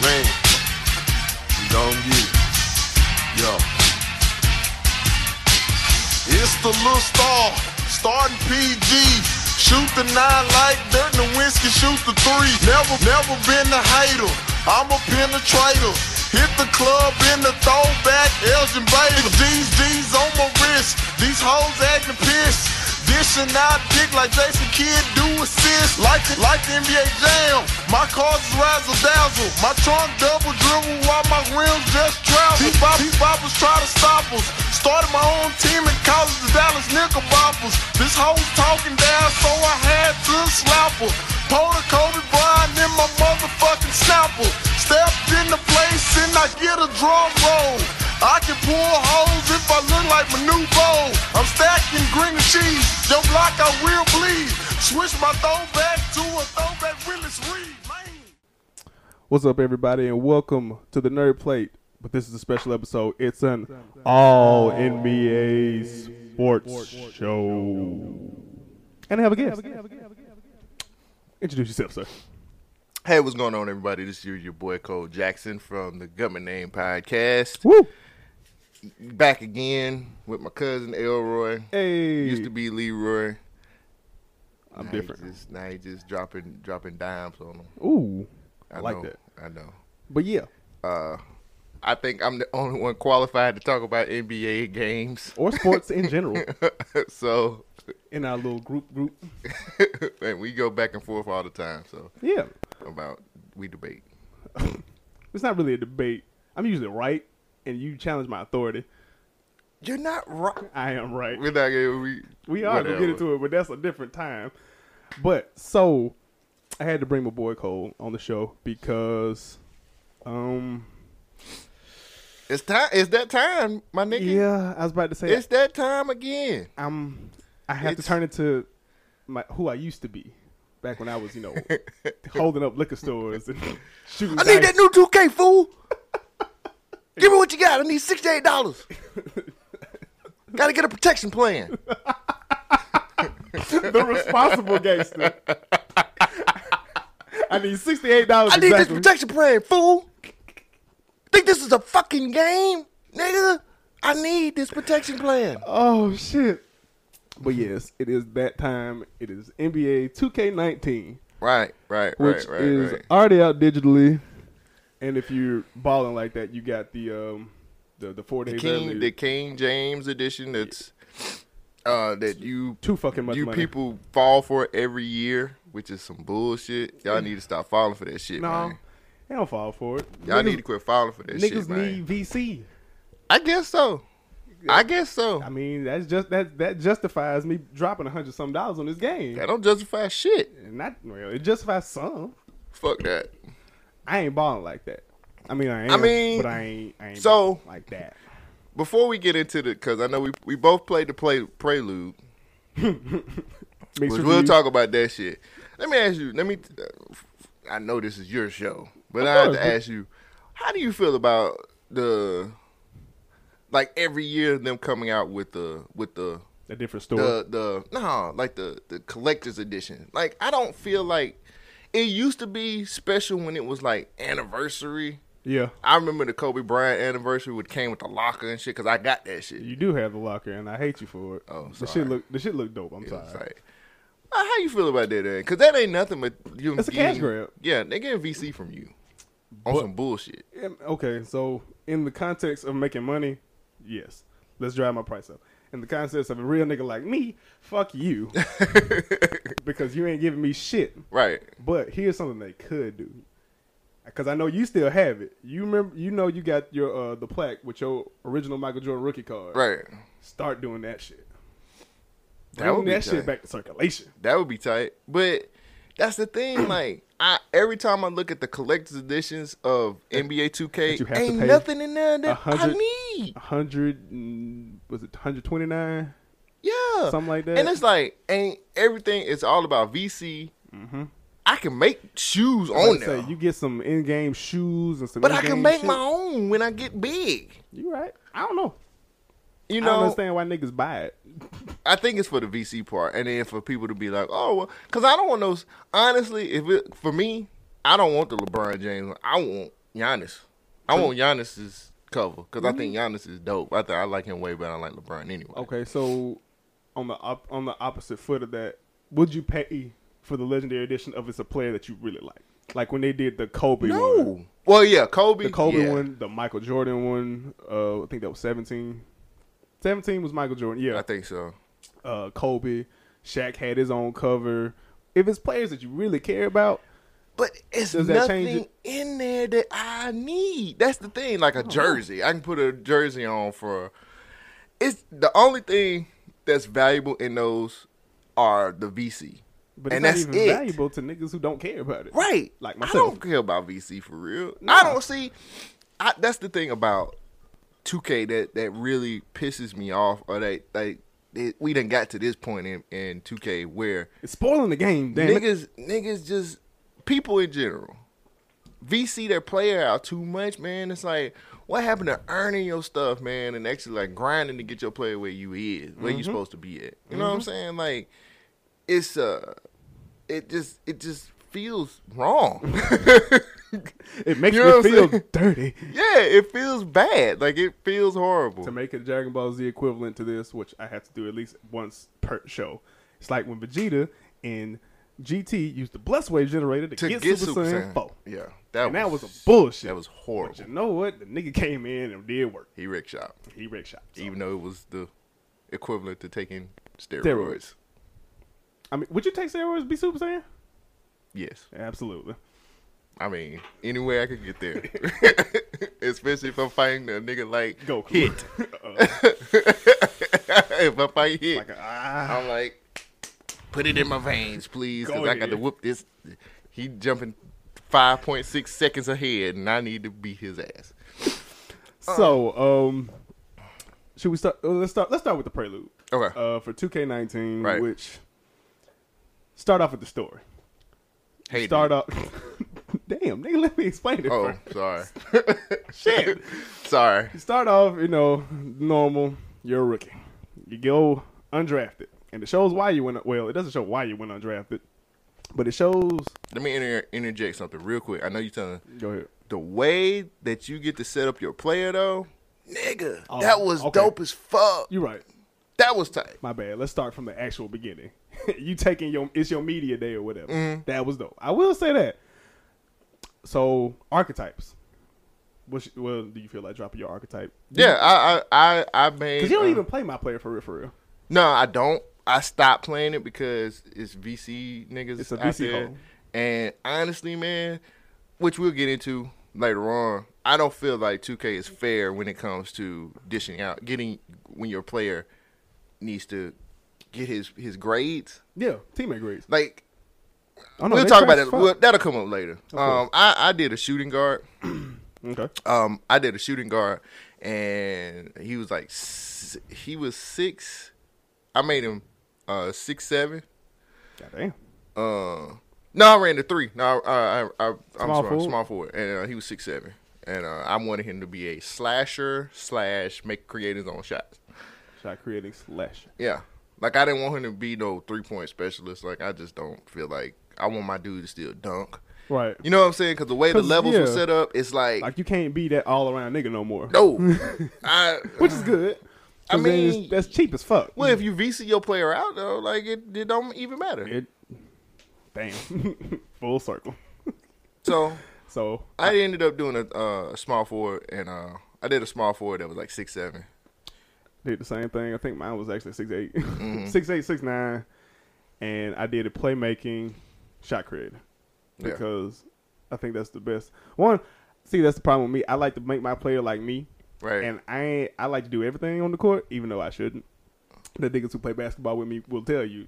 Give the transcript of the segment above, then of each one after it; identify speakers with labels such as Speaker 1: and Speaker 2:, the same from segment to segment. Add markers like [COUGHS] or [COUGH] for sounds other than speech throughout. Speaker 1: Man, we gon' get it. Yo. It's the little star, starting PG. Shoot the nine like dirt and whiskey, shoot the three. Never, never been a hater. I'm a penetrator. Hit the club in the throwback, Elgin Baylor. These D's on my wrist, these hoes acting pissed. Dishing out dick like Jason Kidd do assist. Like the, like the NBA Jam, my cars is razzle dazzle. My trunk double dribble while my rims just travel. Bobby boppers try to stop us. Started my own team in college, the Dallas Knickerbockers. This hoe's talking down, so I had to slap her. Polar Kobe Bryant in my motherfucking snapper. Stepped in the place and I get a drum roll. I can pull holes if I look like Manuvo. I'm stacking green and cheese. Your block I will bleed. Switch my throwback to a throwback Willis Reed. Man.
Speaker 2: What's up, everybody, and welcome to the Nerd Plate. But this is a special episode. It's an all NBA sports show. And I have a guest. Introduce yourself, sir.
Speaker 3: Hey, what's going on, everybody? This is your, your boy Cole Jackson from the Government Name Podcast.
Speaker 2: Woo!
Speaker 3: Back again with my cousin Elroy.
Speaker 2: Hey,
Speaker 3: Used to be Leroy.
Speaker 2: I'm
Speaker 3: Now he
Speaker 2: different.
Speaker 3: just- now he just dropping dropping dimes on him.
Speaker 2: Ooh,
Speaker 3: I
Speaker 2: like
Speaker 3: know,
Speaker 2: that.
Speaker 3: I know.
Speaker 2: But yeah,
Speaker 3: Uh, I think I'm the only one qualified to talk about NBA games. [LAUGHS]
Speaker 2: or sports in general
Speaker 3: so, [LAUGHS]
Speaker 2: in our little group group.
Speaker 3: and we go back and forth all the time. So
Speaker 2: Yeah,
Speaker 3: about we debate.
Speaker 2: it's not really a debate. I'm usually right, and you challenge my authority.
Speaker 3: You're not right.
Speaker 2: I am right.
Speaker 3: We're not gonna we
Speaker 2: We are gonna get
Speaker 3: whatever.
Speaker 2: into it, but that's a different time. But so I had to bring my boy Cole on the show because um
Speaker 3: It's time. It's that time, my nigga.
Speaker 2: yeah, I was about to say
Speaker 3: It's that time again.
Speaker 2: I'm I have to
Speaker 3: it's-
Speaker 2: turn into my who I used to be back when I was,
Speaker 3: [LAUGHS]
Speaker 2: you know, holding up liquor stores and shooting
Speaker 3: I need
Speaker 2: dice.
Speaker 3: that new 2K, fool. Give me what you got. I need $68. Gotta get a protection plan.
Speaker 2: the responsible gangster. [LAUGHS] I need sixty eight dollars
Speaker 3: I need this
Speaker 2: exactly.
Speaker 3: protection plan, fool. Think this is a fucking game, nigga? I need this protection plan.
Speaker 2: Oh shit. But yes, it is that time. It is NBA 2K19.
Speaker 3: Right, right,
Speaker 2: which is already out digitally. And if you're balling like that, you got the um the the four
Speaker 3: The
Speaker 2: days
Speaker 3: King,
Speaker 2: early.
Speaker 3: the King James edition. That's uh, that you
Speaker 2: Too fucking much
Speaker 3: you
Speaker 2: money.
Speaker 3: people fall for every year, which is some bullshit. Y'all need to stop falling for that shit,
Speaker 2: no,
Speaker 3: man.
Speaker 2: they don't fall for it.
Speaker 3: Y'all
Speaker 2: niggas,
Speaker 3: need to quit falling for that
Speaker 2: niggas
Speaker 3: shit, man.
Speaker 2: need VC.
Speaker 3: I guess so. I guess so.
Speaker 2: I mean, that's just that that justifies me dropping a hundred some dollars on this game.
Speaker 3: That don't justify shit.
Speaker 2: And not well, it justifies some.
Speaker 3: Fuck that.
Speaker 2: I ain't balling like that. I mean, I, am,
Speaker 3: mean,
Speaker 2: but I ain't, I ain't
Speaker 3: so-
Speaker 2: balling like that.
Speaker 3: Before we get into the, because I know we we both played the play prelude,
Speaker 2: Mixed
Speaker 3: which
Speaker 2: review.
Speaker 3: we'll talk about that shit. Let me ask you. Let me. uh, I know this is your show, but
Speaker 2: Of
Speaker 3: I have
Speaker 2: course.
Speaker 3: to ask you. How do you feel about the, like every year them coming out with the with the
Speaker 2: a different story.
Speaker 3: the the no like the the collector's edition. Like I don't feel like it used to be special when it was like anniversary.
Speaker 2: yeah,
Speaker 3: I remember the Kobe Bryant anniversary, which came with the locker and shit, because I got that shit.
Speaker 2: you do have the locker, and I hate you for it.
Speaker 3: Oh,
Speaker 2: the
Speaker 3: sorry.
Speaker 2: shit look the shit look dope. I'm
Speaker 3: It
Speaker 2: sorry.
Speaker 3: was like, Uh, how you feel about that? Because that ain't nothing but you.
Speaker 2: It's a cash grab.
Speaker 3: Yeah, they getting VC from you on some bullshit.
Speaker 2: Um, Okay, so in the context of making money, yes, let's drive my price up. In the context of a real nigga like me, fuck
Speaker 3: [LAUGHS]
Speaker 2: you, because you ain't giving me shit.
Speaker 3: Right.
Speaker 2: But here's something they could do, because I know you still have it. You remember, you know, you got your uh, the plaque with your original Michael Jordan rookie card.
Speaker 3: Right.
Speaker 2: Start doing that shit.
Speaker 3: That
Speaker 2: Bring
Speaker 3: would be
Speaker 2: that shit
Speaker 3: tight.
Speaker 2: back to circulation.
Speaker 3: That would be tight. But that's
Speaker 2: [CLEARS THROAT]
Speaker 3: the thing. Like I every time I look at the collector's editions of NBA Two K,
Speaker 2: you have to
Speaker 3: ain't
Speaker 2: pay
Speaker 3: nothing in there that I
Speaker 2: 100
Speaker 3: need.
Speaker 2: hundred was it hundred twenty nine?
Speaker 3: Yeah.
Speaker 2: Something like that.
Speaker 3: And it's like, ain't everything is all about VC.
Speaker 2: Mm-hmm.
Speaker 3: I can make shoes on there.
Speaker 2: Say you get some in game shoes and some.
Speaker 3: Oh, But I can
Speaker 2: in-game
Speaker 3: make
Speaker 2: shit.
Speaker 3: my own when I get big.
Speaker 2: You right? I don't know.
Speaker 3: You
Speaker 2: I don't
Speaker 3: know, I,
Speaker 2: understand why niggas buy it.
Speaker 3: think it's for the VC part, and then for people to be like, "Oh, well," because I don't want those. Honestly, if it, for me, I don't want the LeBron James. one. I want Giannis. I want Giannis's cover because I think Giannis is dope. I think I like him way better. than I like LeBron anyway.
Speaker 2: Mm-hmm. Okay, so on the op- on the opposite foot of that, would you pay for the legendary edition of it's a player that you really like? Like when they did the Kobe one,
Speaker 3: No. Well, yeah, Kobe.
Speaker 2: the Kobe
Speaker 3: yeah.
Speaker 2: one, the Michael Jordan one. Uh, I think that was seventeen. Seventeen was Michael Jordan. Yeah,
Speaker 3: I think so.
Speaker 2: uh, Kobe, Shaq had his own cover. If it's players that you really care about,
Speaker 3: But it's
Speaker 2: Does that change
Speaker 3: nothing in there that I need. That's the thing. Like
Speaker 2: Oh.
Speaker 3: a jersey, I can put a jersey on for. It's the only thing that's valuable in those are the VC,
Speaker 2: but
Speaker 3: and
Speaker 2: it's
Speaker 3: that's
Speaker 2: not even
Speaker 3: it.
Speaker 2: valuable to niggas who don't care about it.
Speaker 3: Right.
Speaker 2: Like
Speaker 3: I
Speaker 2: myself.
Speaker 3: don't care about VC for real. I don't see. I, that's the thing about 2K that that really pisses me off, or that like it, we done got to this point in, in 2K where
Speaker 2: It's spoiling the game, damn it.
Speaker 3: niggas niggas just people in general VC their player out too much, man. It's like what happened to earning your stuff, man, and actually like grinding to get your player where you is, where
Speaker 2: Mm-hmm.
Speaker 3: you supposed to be at. You know what I'm saying? Like it's uh, it just it just feels wrong. [LAUGHS]
Speaker 2: It makes
Speaker 3: You know
Speaker 2: me
Speaker 3: what
Speaker 2: feel
Speaker 3: I'm saying?
Speaker 2: dirty.
Speaker 3: Yeah, it feels bad. Like it feels horrible.
Speaker 2: to make it Dragon Ball Z equivalent to this, which I have to do at least once per show. It's like when Vegeta in GT used the Bless Wave generator to,
Speaker 3: To
Speaker 2: get, Super, Saiyan 4.
Speaker 3: Yeah, that
Speaker 2: And that was
Speaker 3: was,
Speaker 2: a bullshit.
Speaker 3: that was
Speaker 2: But you
Speaker 3: horrible.
Speaker 2: know what? The nigga came in and did work.
Speaker 3: He rickshot,
Speaker 2: He wrecked shop.
Speaker 3: even though it was the equivalent to taking steroids.
Speaker 2: Steroids. I mean, would you take steroids to be Super Saiyan?
Speaker 3: Yes,
Speaker 2: Absolutely.
Speaker 3: I mean any way I could get
Speaker 2: [LAUGHS]
Speaker 3: there, especially if I'm fighting a nigga like [LAUGHS]
Speaker 2: Goku.
Speaker 3: hit.
Speaker 2: [LAUGHS] Uh,
Speaker 3: if I fight hit,
Speaker 2: like, a, ah,
Speaker 3: I'm like, put it in my veins, please,
Speaker 2: Go
Speaker 3: because I got to
Speaker 2: ahead.
Speaker 3: whoop this. He jumping five point six seconds ahead, and I need to beat his ass.
Speaker 2: so, um, should we start? uh, Let's start. Let's start with the prelude.
Speaker 3: Okay.
Speaker 2: Uh, for 2K19,
Speaker 3: Right.
Speaker 2: which start off with the story.
Speaker 3: Hey,
Speaker 2: start off. [LAUGHS] Damn, nigga, let me explain it
Speaker 3: Oh,
Speaker 2: first.
Speaker 3: sorry.
Speaker 2: [LAUGHS] Shit.
Speaker 3: [LAUGHS] sorry.
Speaker 2: You start off, you know, normal. You're a rookie. You go undrafted, and it shows why you went. Well, it doesn't show why you went undrafted, but it shows.
Speaker 3: Let me inter- interject something real quick. I know you're telling
Speaker 2: Go ahead.
Speaker 3: the way that you get to set up your player though, nigga, that was
Speaker 2: Oh, okay.
Speaker 3: dope as fuck.
Speaker 2: You're right.
Speaker 3: That was tight.
Speaker 2: My bad. Let's start from the actual beginning. [LAUGHS] you taking your it's your media day or whatever.
Speaker 3: Mm-hmm.
Speaker 2: That was dope. I will say that. So archetypes. Which, well, do you feel like dropping your archetype?
Speaker 3: Yeah, I I I, I made.
Speaker 2: Because you don't
Speaker 3: uh,
Speaker 2: even play my player for real, for real.
Speaker 3: No, I don't. I stopped playing it because it's VC niggas.
Speaker 2: It's a
Speaker 3: out
Speaker 2: VC
Speaker 3: there.
Speaker 2: hole.
Speaker 3: And honestly, man, which we'll get into later on, I don't feel like 2K is fair when it comes to dishing out, getting when your player needs to get his his grades.
Speaker 2: Yeah, teammate grades.
Speaker 3: Like
Speaker 2: Oh, no,
Speaker 3: we'll
Speaker 2: they
Speaker 3: talk about
Speaker 2: trash
Speaker 3: it.
Speaker 2: as
Speaker 3: We'll,
Speaker 2: fuck.
Speaker 3: that'll come up later. Um, I I did a shooting guard.
Speaker 2: okay.
Speaker 3: um, I did a shooting guard, and he was like, s- he was six. I made him uh six seven.
Speaker 2: Goddamn.
Speaker 3: Uh, no, I ran the three. No, I, I, I, I'm
Speaker 2: Small
Speaker 3: small sorry,
Speaker 2: forward.
Speaker 3: small forward, and uh, he was six seven. And uh, I wanted him to be a slasher slash make create his own shots.
Speaker 2: Shot creating slash.
Speaker 3: Yeah, like I didn't want him to be no three point specialist. Like I just don't feel like I want my dude to still dunk.
Speaker 2: Right.
Speaker 3: You know what I'm saying? Because the way the
Speaker 2: 'Cause,
Speaker 3: levels
Speaker 2: yeah.
Speaker 3: were set up, it's like,
Speaker 2: Like you can't be that all around nigga no more.
Speaker 3: [LAUGHS] no, I
Speaker 2: Which is good.
Speaker 3: I
Speaker 2: 'Cause then it's-
Speaker 3: mean-
Speaker 2: that's cheap as fuck.
Speaker 3: Well, if you VC your player out though, like it, it don't even matter.
Speaker 2: Mm. It, damn. [LAUGHS] Full circle.
Speaker 3: so
Speaker 2: So
Speaker 3: I ended up doing a, uh, a small forward, and uh, I did a small forward that was like six seven.
Speaker 2: did the same thing. I think mine was actually six eight, [LAUGHS]
Speaker 3: Mm-hmm.
Speaker 2: six eight, six nine, and I did a playmaking, shot creator,
Speaker 3: Yeah.
Speaker 2: because I think that's the best one. See, that's the problem with me. I like to make my player like me,
Speaker 3: Right.
Speaker 2: And I ain't, I like to do everything on the court, even though I shouldn't. The niggas who play basketball with me will tell you,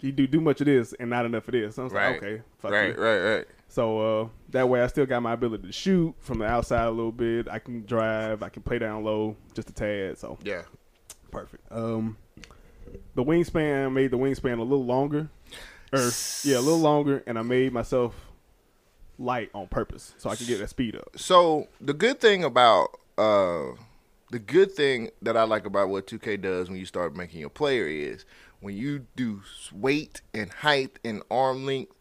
Speaker 2: you do do much of this and not enough of this. So I was like, okay, fuck
Speaker 3: right,
Speaker 2: you.
Speaker 3: right, right.
Speaker 2: So uh, that way, I still got my ability to shoot from the outside a little bit. I can drive. I can play down low just a tad. So
Speaker 3: Yeah,
Speaker 2: Perfect. Um, the wingspan I made the wingspan a little longer, or yeah, a little longer, and I made myself light on purpose so I could get that speed up.
Speaker 3: so the good thing about uh the good thing that I like about what 2K does when you start making your player is when you do s- weight and height and arm length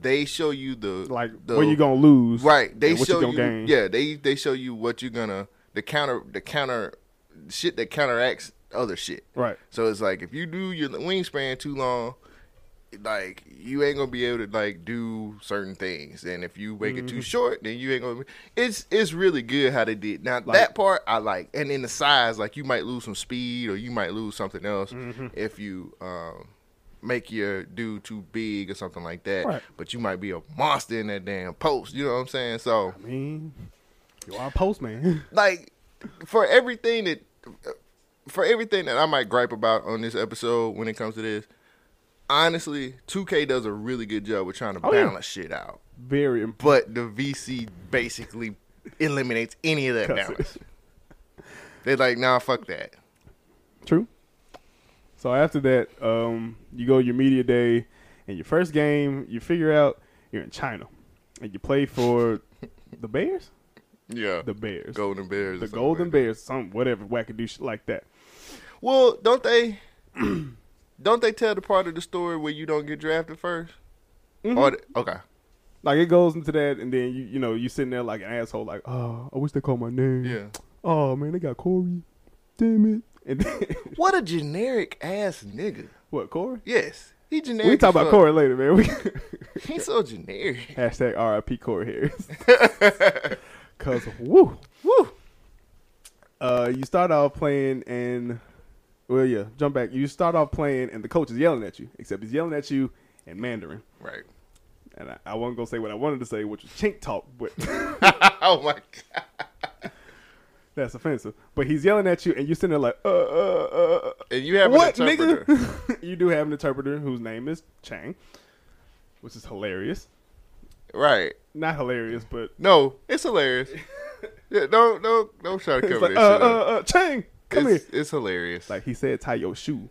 Speaker 3: they show you the
Speaker 2: Like
Speaker 3: the,
Speaker 2: where you gonna lose?
Speaker 3: right. They
Speaker 2: and what
Speaker 3: show
Speaker 2: you
Speaker 3: you,
Speaker 2: gonna gain?
Speaker 3: yeah. They they show you what you're gonna the counter the counter shit that counteracts other shit.
Speaker 2: Right.
Speaker 3: So it's like if you do your wingspan too long, like you ain't gonna be able to like do certain things, and if you make it
Speaker 2: Mm-hmm.
Speaker 3: too short, then you ain't gonna. Be, it's it's really good how they did now that part I like, and then the size like you might lose some speed or you might lose something else
Speaker 2: Mm-hmm.
Speaker 3: if you um make your dude too big or something like that.
Speaker 2: Right.
Speaker 3: But you might be a monster in that damn post. You know what I'm saying? So
Speaker 2: I mean, you are a postman. [LAUGHS]
Speaker 3: like for everything that for everything that I might gripe about on this episode when it comes to this, honestly, 2K does a really good job with trying to
Speaker 2: Oh, yeah.
Speaker 3: balance shit out.
Speaker 2: Very important.
Speaker 3: But the VC basically eliminates any of that
Speaker 2: Cuss it.
Speaker 3: balance. They're like, nah, fuck that.
Speaker 2: True. So after that, um, you go your media day, and your first game, you figure out you're in China, and you play for the Bears,
Speaker 3: Yeah.
Speaker 2: the Bears,
Speaker 3: Golden Bears. or
Speaker 2: the
Speaker 3: something
Speaker 2: Golden
Speaker 3: like that.
Speaker 2: Bears, some whatever wackadoo shit like that.
Speaker 3: Well, don't they
Speaker 2: [CLEARS THROAT]
Speaker 3: don't they tell the part of the story where you don't get drafted 1st
Speaker 2: Mm-hmm.
Speaker 3: Or the- okay.
Speaker 2: Like it goes into that, and then you you know you sitting there like an asshole, like oh I wish they called my name.
Speaker 3: Yeah.
Speaker 2: Oh man, they got Corey. Damn it. And then, [LAUGHS]
Speaker 3: What a generic ass nigga.
Speaker 2: what Corey?
Speaker 3: Yes. He generic.
Speaker 2: We
Speaker 3: as
Speaker 2: talk about
Speaker 3: fuck.
Speaker 2: Corey later, man. We, [LAUGHS]
Speaker 3: He's so generic.
Speaker 2: hashtag R.I.P. Corey Harris.
Speaker 3: [LAUGHS]
Speaker 2: Cause woo woo. Uh, you start off playing and well yeah, jump back. You start off playing and the coach is yelling at you, except he's yelling at you in Mandarin.
Speaker 3: Right. [LAUGHS]
Speaker 2: And I, I wasn't gonna say what I wanted to say, which was chink talk, but [LAUGHS]
Speaker 3: oh my god.
Speaker 2: that's offensive. But he's yelling at you and you're sitting there like uh uh uh, uh
Speaker 3: And you have
Speaker 2: what
Speaker 3: an interpreter. [LAUGHS]
Speaker 2: nigga? you do have an interpreter whose name is Chang, which is hilarious.
Speaker 3: Right.
Speaker 2: Not hilarious, but
Speaker 3: No, it's hilarious.
Speaker 2: [LAUGHS]
Speaker 3: yeah, don't don't don't try to cover
Speaker 2: it's like
Speaker 3: this
Speaker 2: uh,
Speaker 3: shit up.
Speaker 2: uh uh Chang, come
Speaker 3: it's,
Speaker 2: here.
Speaker 3: it's hilarious.
Speaker 2: Like he said, tie your shoe.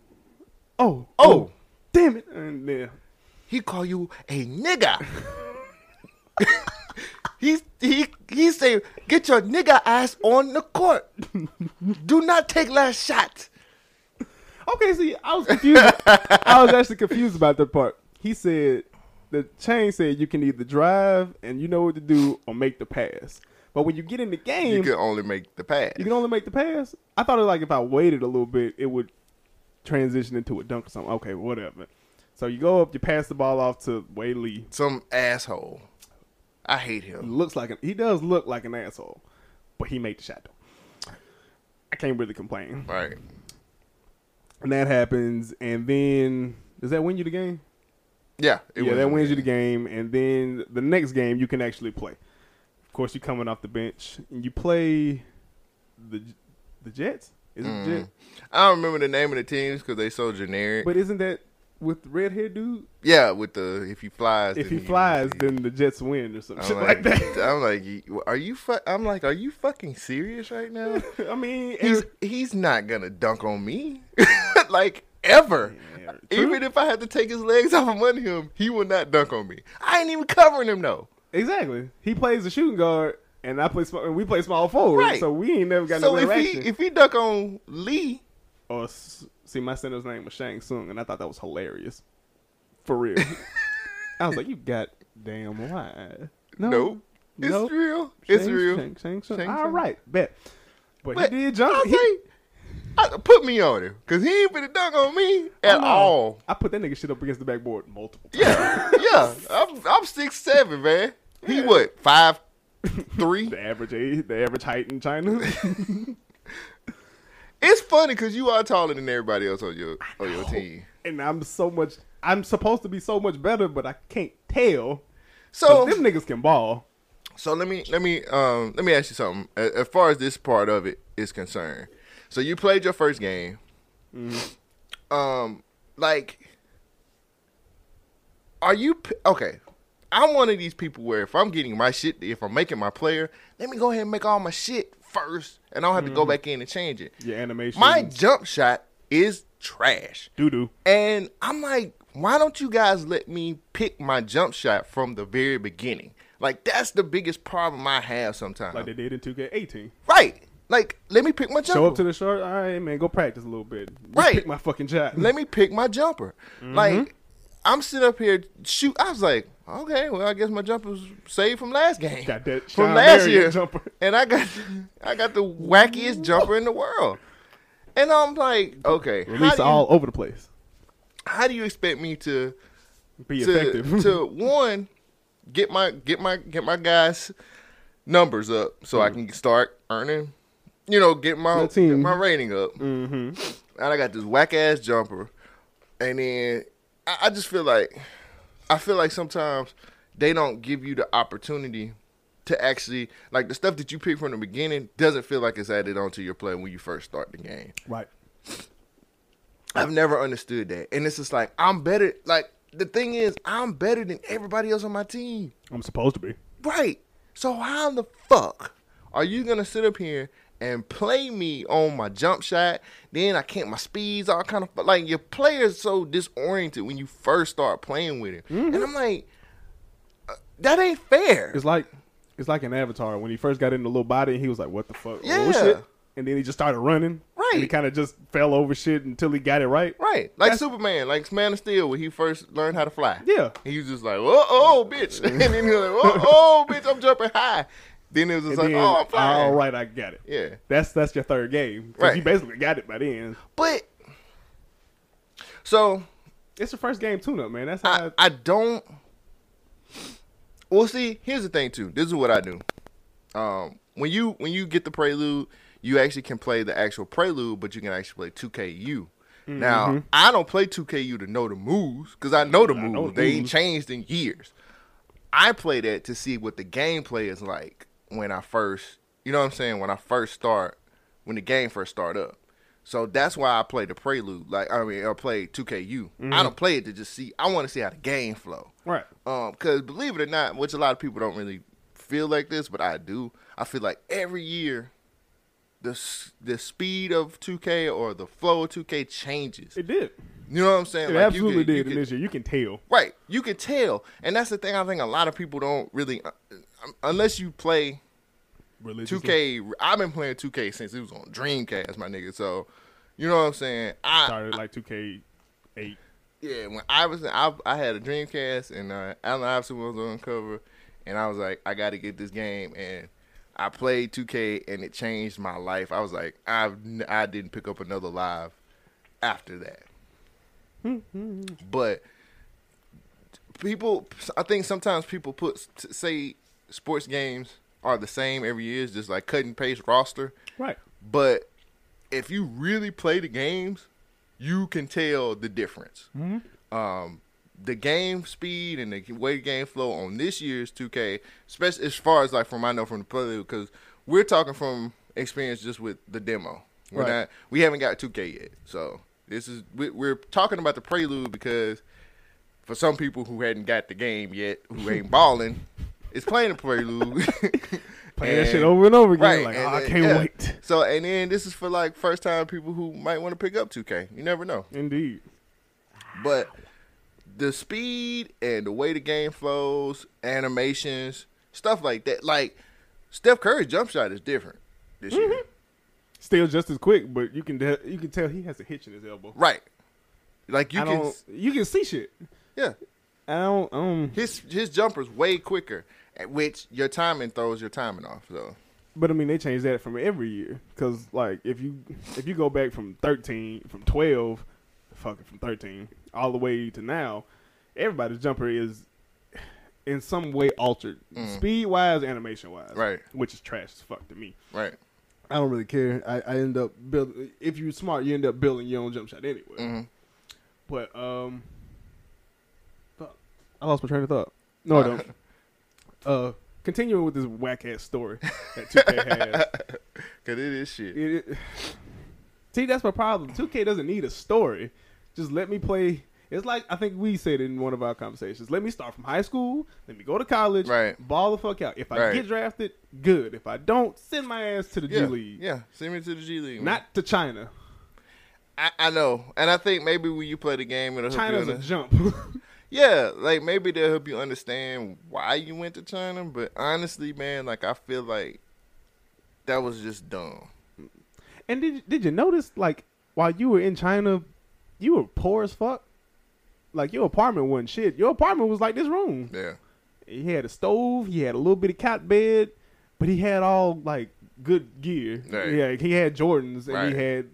Speaker 2: Oh
Speaker 3: Oh.
Speaker 2: damn it! And then
Speaker 3: he call you
Speaker 2: [LAUGHS]
Speaker 3: a nigga. he he he say, get your nigga ass on the court. Do not take last shot.
Speaker 2: Okay, see, I was confused. I was actually confused about that part. He said the chain said you can either drive and you know what to do or make the pass. But when you get in the game,
Speaker 3: You can only make the pass.
Speaker 2: only make the pass. I thought it was like if I waited a little bit, it would transition into a dunk or something. Okay, whatever. So you go up, you pass the ball off to Wade Lee.
Speaker 3: Some asshole. I hate him.
Speaker 2: Looks like an, he does look like an asshole, but he made the shot though. I can't really complain.
Speaker 3: Right.
Speaker 2: And that happens, and then does that win you the game?
Speaker 3: Yeah. it
Speaker 2: yeah,
Speaker 3: was
Speaker 2: that
Speaker 3: him.
Speaker 2: wins you the game, and then the next game you can actually play. Of course, you're coming off the bench and you play the the Jets. Is it the Jets?
Speaker 3: I don't remember the name of the teams because they so generic.
Speaker 2: But isn't that with the red hair dude?
Speaker 3: yeah, with the if he flies,
Speaker 2: If
Speaker 3: then
Speaker 2: he flies, then the Jets win or
Speaker 3: I'm
Speaker 2: something
Speaker 3: like,
Speaker 2: like, that.
Speaker 3: I'm like, "You- are you? Fu-? I'm like, are you fucking serious right
Speaker 2: [LAUGHS]
Speaker 3: now?
Speaker 2: [LAUGHS] I mean,
Speaker 3: He's he's not gonna dunk on me, [LAUGHS] like ever.
Speaker 2: Yeah, true.
Speaker 3: even if I had to take his legs [LAUGHS] off and run him, he will not dunk on me. I ain't even covering him though.
Speaker 2: exactly. He plays the shooting guard, and I play small, and we play small forward.
Speaker 3: Right.
Speaker 2: So we ain't never got
Speaker 3: So
Speaker 2: no
Speaker 3: if he
Speaker 2: interaction.
Speaker 3: if he dunk on Lee,
Speaker 2: or s- see, my center's name was Shang Tsung, and I thought that was hilarious. For
Speaker 3: [LAUGHS]
Speaker 2: real, I was like, "You got damn right." No,
Speaker 3: nope, it's
Speaker 2: nope.
Speaker 3: real. It's
Speaker 2: Shang-
Speaker 3: real.
Speaker 2: Shang, Shang, Tsung.
Speaker 3: Shang
Speaker 2: All
Speaker 3: Tsung.
Speaker 2: right, bet. But,
Speaker 3: But
Speaker 2: he did jump.
Speaker 3: I
Speaker 2: he-
Speaker 3: say, I- put me on him because he ain't finna dunk on me at
Speaker 2: Oh, no.
Speaker 3: all.
Speaker 2: I put that nigga shit up against the backboard multiple times. [LAUGHS]
Speaker 3: Yeah, yeah. I'm I'm six seven, man. He what five
Speaker 2: [LAUGHS]
Speaker 3: three?
Speaker 2: The average age, the average height in
Speaker 3: [LAUGHS]
Speaker 2: China.
Speaker 3: It's funny because you are taller than everybody else on your on your team.
Speaker 2: and I'm so much. I'm supposed to be so much better, but I can't tell.
Speaker 3: So
Speaker 2: them niggas can ball.
Speaker 3: so let me let me um let me ask you something. A- As far as this part of it is concerned, so you played your first game. Um, like, are you p- okay? I'm one of these people where if I'm getting my shit, if I'm making my player, let me go ahead and make all my shit first, and I don't have to go back in and change it.
Speaker 2: Your animation,
Speaker 3: My jump shot is trash.
Speaker 2: doo doo.
Speaker 3: And I'm like, why don't you guys let me pick my jump shot from the very beginning? Like that's the biggest problem I have sometimes.
Speaker 2: Like they did in 2K18.
Speaker 3: right. Like let me pick my jumper.
Speaker 2: Show up to the short. All right, man, go practice a little bit. You [LAUGHS]
Speaker 3: Right.
Speaker 2: Pick my fucking shot. Mm-hmm.
Speaker 3: let me pick my jumper. Like I'm sitting up here shoot. I was like, okay, well, I guess my jumper's saved from last game,
Speaker 2: Got that
Speaker 3: from
Speaker 2: Sean
Speaker 3: last
Speaker 2: Marion
Speaker 3: year,
Speaker 2: jumper.
Speaker 3: and I got, I got the wackiest jumper in the world. And I'm like, okay, how
Speaker 2: Release
Speaker 3: do,
Speaker 2: all
Speaker 3: you,
Speaker 2: over the place.
Speaker 3: how do you expect me to
Speaker 2: Be
Speaker 3: to,
Speaker 2: effective. [LAUGHS]
Speaker 3: to one get my get my get my guys numbers up so I can start earning, you know, get
Speaker 2: Mm.
Speaker 3: my
Speaker 2: Your team.
Speaker 3: get my rating up. Mm-hmm. And I got this whack ass jumper, and then I, I just feel like I feel like sometimes they don't give you the opportunity to actually like the stuff that you pick from the beginning doesn't feel like it's added onto your play when you first start the game.
Speaker 2: right.
Speaker 3: I've never understood that. And it's just like I'm better like the thing is I'm better than everybody else on my team.
Speaker 2: I'm supposed to be.
Speaker 3: Right. So how in the fuck are you gonna sit up here and play me on my jump shot? Then I can't my speeds, all kind of like your player's so disoriented when you first start playing with him. And I'm like, uh, that ain't fair.
Speaker 2: It's like it's like an avatar. When he first got in the little body, he was like, "What the fuck?
Speaker 3: Yeah.
Speaker 2: Oh, shit!" And then he just started running. And he
Speaker 3: Right.
Speaker 2: kind of just fell over shit until he got it right.
Speaker 3: Right, like
Speaker 2: That's-
Speaker 3: Superman, like Man of Steel, when he first learned how to fly.
Speaker 2: Yeah.
Speaker 3: he was just like, "Oh, oh, bitch," [LAUGHS] and then he was like,
Speaker 2: [LAUGHS]
Speaker 3: "Oh, oh, bitch, I'm jumping high." Then it was just
Speaker 2: And
Speaker 3: like,
Speaker 2: then,
Speaker 3: "Oh, I'm flying."
Speaker 2: all right, I got it.
Speaker 3: Yeah.
Speaker 2: That's that's your third game. 'Cause
Speaker 3: Right.
Speaker 2: You basically got it by then.
Speaker 3: But so
Speaker 2: It's your first game tune-up, man. That's how.
Speaker 3: I, I don't. Well, see, here's the thing too. This is what I do. Um, when you when you get the prelude, you actually can play the actual prelude, but you can actually play 2KU.
Speaker 2: Mm-hmm.
Speaker 3: Now, I don't play 2KU to know the moves because I know the moves.
Speaker 2: know the
Speaker 3: they ain't
Speaker 2: moves.
Speaker 3: changed in years. I play that to see what the gameplay is like when I first, you know what I'm saying, when I first start, when the game first start up. So that's why I play the prelude. Like I mean, I play 2KU. I don't play it to just see. I want to see how the game flow.
Speaker 2: Mm-hmm. right.
Speaker 3: Um, cause believe it or not, which a lot of people don't really feel like this, but I do. I feel like every year, the s- the speed of 2K or the flow of 2K changes.
Speaker 2: It did.
Speaker 3: You know what I'm saying?
Speaker 2: It
Speaker 3: Like, you
Speaker 2: absolutely
Speaker 3: could- you
Speaker 2: did in
Speaker 3: could-
Speaker 2: this year. You can tell.
Speaker 3: Right. You could tell. And that's the thing I think a lot of people don't really, uh, unless you play
Speaker 2: Religiously.
Speaker 3: 2K. I've been playing 2K since it was on Dreamcast, my nigga. So, you know what I'm saying? I,
Speaker 2: started like 2K8.
Speaker 3: yeah, when I was, I, I had a Dreamcast and uh, Alan Iverson was on cover, and I was like, I got to get this game, and I played 2K, and it changed my life. I was like, I've, n- I didn't pick up another live after that, but people, I think sometimes people put say sports games are the same every year, it's just like cut and paste roster.
Speaker 2: Right.
Speaker 3: But if you really play the games, you can tell the difference.
Speaker 2: Mm-hmm.
Speaker 3: Um, the game speed and the way the game flow on this year's 2K, especially as far as like from I know from the play because we're talking from experience just with the demo. We're
Speaker 2: Right.
Speaker 3: not, we haven't got 2K yet, so this is we, we're talking about the prelude because for some people who hadn't got the game yet,
Speaker 2: [LAUGHS]
Speaker 3: who ain't balling, it's playing the prelude. [LAUGHS]
Speaker 2: Playing that shit over and over again.
Speaker 3: Right.
Speaker 2: Like,
Speaker 3: and
Speaker 2: "Oh, I
Speaker 3: then-
Speaker 2: can't
Speaker 3: yeah.
Speaker 2: wait. [LAUGHS]
Speaker 3: So, and then this is for like first time people who might want to pick up 2K. You never know.
Speaker 2: Indeed.
Speaker 3: But the speed and the way the game flows, animations, stuff like that. Like Steph Curry's jump shot is different this year.
Speaker 2: Mm-hmm. Still just as quick, but you can de- you can tell he has a hitch in his elbow.
Speaker 3: Right. Like you
Speaker 2: I
Speaker 3: can
Speaker 2: don't. You can see shit.
Speaker 3: yeah.
Speaker 2: I don't. Um.
Speaker 3: His his jumper's way quicker, at which your timing throws your timing off. So,
Speaker 2: But I mean, they change that from every year because, like, if you if you go back from thirteen, from twelve, fucking from thirteen, all the way to now, everybody's jumper is in some way altered, speed wise, animation wise,
Speaker 3: Right.
Speaker 2: Which is trash as fuck to me.
Speaker 3: right.
Speaker 2: I don't really care. I, I end up building. If you're smart, you end up building your own jump shot anyway.
Speaker 3: Mhm.
Speaker 2: But um, fuck, I lost my train of thought. No, I
Speaker 3: [LAUGHS]
Speaker 2: don't. uh, continuing with this whack ass story that
Speaker 3: [LAUGHS]
Speaker 2: 2K has.
Speaker 3: Cuz it is shit.
Speaker 2: It, it- see, that's my problem. 2K doesn't need a story. Just let me play. It's like I think we said in one of our conversations. Let me start from high school. Let me go to college.
Speaker 3: Right.
Speaker 2: Ball the fuck out. If I
Speaker 3: Right.
Speaker 2: get drafted, good. If I don't, send my ass to the
Speaker 3: yeah.
Speaker 2: G League.
Speaker 3: Yeah, send me to the G League. man.
Speaker 2: Not to China.
Speaker 3: I, I know, and I think maybe when you play the game, it'll help you.
Speaker 2: China's a
Speaker 3: under-
Speaker 2: jump. [LAUGHS]
Speaker 3: yeah, like maybe they'll help you understand why you went to China. But honestly, man, like I feel like that was just dumb.
Speaker 2: and did did you notice like while you were in China, you were poor as fuck. like your apartment wasn't shit. Your apartment was like this room.
Speaker 3: Yeah.
Speaker 2: He had a stove. He had a little bitty cot bed, but he had all like good gear.
Speaker 3: Right.
Speaker 2: Yeah, he had Jordans and
Speaker 3: Right.
Speaker 2: he had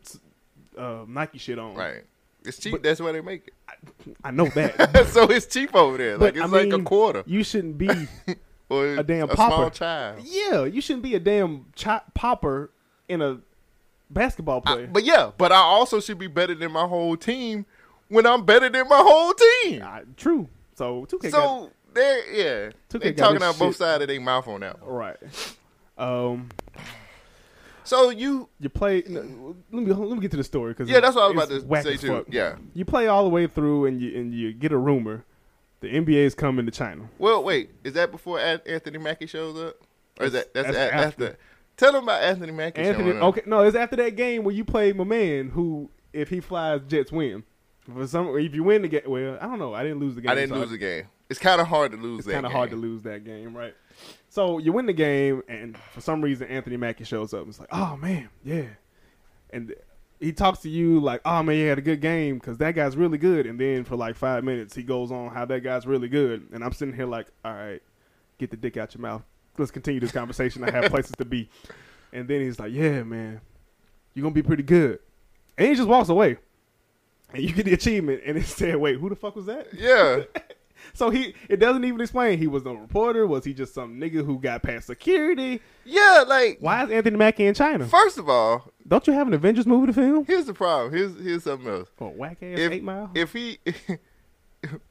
Speaker 2: uh, Nike shit on.
Speaker 3: Right. It's cheap. that's why they make it. [LAUGHS]
Speaker 2: I know that.
Speaker 3: so it's cheap over there. Like
Speaker 2: but
Speaker 3: it's
Speaker 2: I
Speaker 3: like a
Speaker 2: mean,
Speaker 3: quarter
Speaker 2: You shouldn't be.
Speaker 3: [LAUGHS] or
Speaker 2: a damn
Speaker 3: small
Speaker 2: popper.
Speaker 3: child.
Speaker 2: yeah, you shouldn't be a damn chi- popper in a basketball
Speaker 3: I-
Speaker 2: player.
Speaker 3: but yeah, but I also should be better than my whole team when I'm better than my whole team.
Speaker 2: I- true. So two K.
Speaker 3: so they're yeah,
Speaker 2: Took
Speaker 3: they
Speaker 2: that guy
Speaker 3: talking
Speaker 2: this
Speaker 3: out both
Speaker 2: shit.
Speaker 3: sides of their mouth on that. one.
Speaker 2: right. Um,
Speaker 3: So you
Speaker 2: you play. no, let me let me get to the story because
Speaker 3: Yeah, that's what I was about to say too. Yeah.
Speaker 2: you play all the way through and you and you get a rumor, the NBA is coming to China.
Speaker 3: well wait, is that before An- Anthony Mackie shows up, or is that that's,
Speaker 2: That's
Speaker 3: a- after.
Speaker 2: after.
Speaker 3: Tell them about Anthony Mackie.
Speaker 2: Anthony,
Speaker 3: showing up.
Speaker 2: okay, no, it's after that game where you play my man who, if he flies, Jets win. For some, if you win the game, well, I don't know. I didn't lose the game.
Speaker 3: I didn't
Speaker 2: so
Speaker 3: lose the game. It's kind of hard to lose.
Speaker 2: It's
Speaker 3: that
Speaker 2: kind of hard to
Speaker 3: game.
Speaker 2: lose that game, right? So you win the game, and for some reason, Anthony Mackie shows up. and It's like, oh man, yeah, and he talks to you like, oh man, you had a good game because that guy's really good. And then for like five minutes, he goes on how that guy's really good, and I'm sitting here like, all right, get the dick out your mouth. Let's continue this conversation. I have places to be. And then he's like, yeah, man, you're gonna be pretty good. And he just walks away. And you get the achievement, and it said, "Wait, who the fuck was that?" [LAUGHS]
Speaker 3: Yeah.
Speaker 2: So he it doesn't even explain he was no reporter. Was he just some nigga who got past security?
Speaker 3: Yeah, like
Speaker 2: Why is Anthony Mackie in China?
Speaker 3: first of all,
Speaker 2: Don't you have an Avengers movie to film?
Speaker 3: here's the problem. Here's here's something else.
Speaker 2: Or whack ass
Speaker 3: If
Speaker 2: Eight Mile?
Speaker 3: if he [LAUGHS]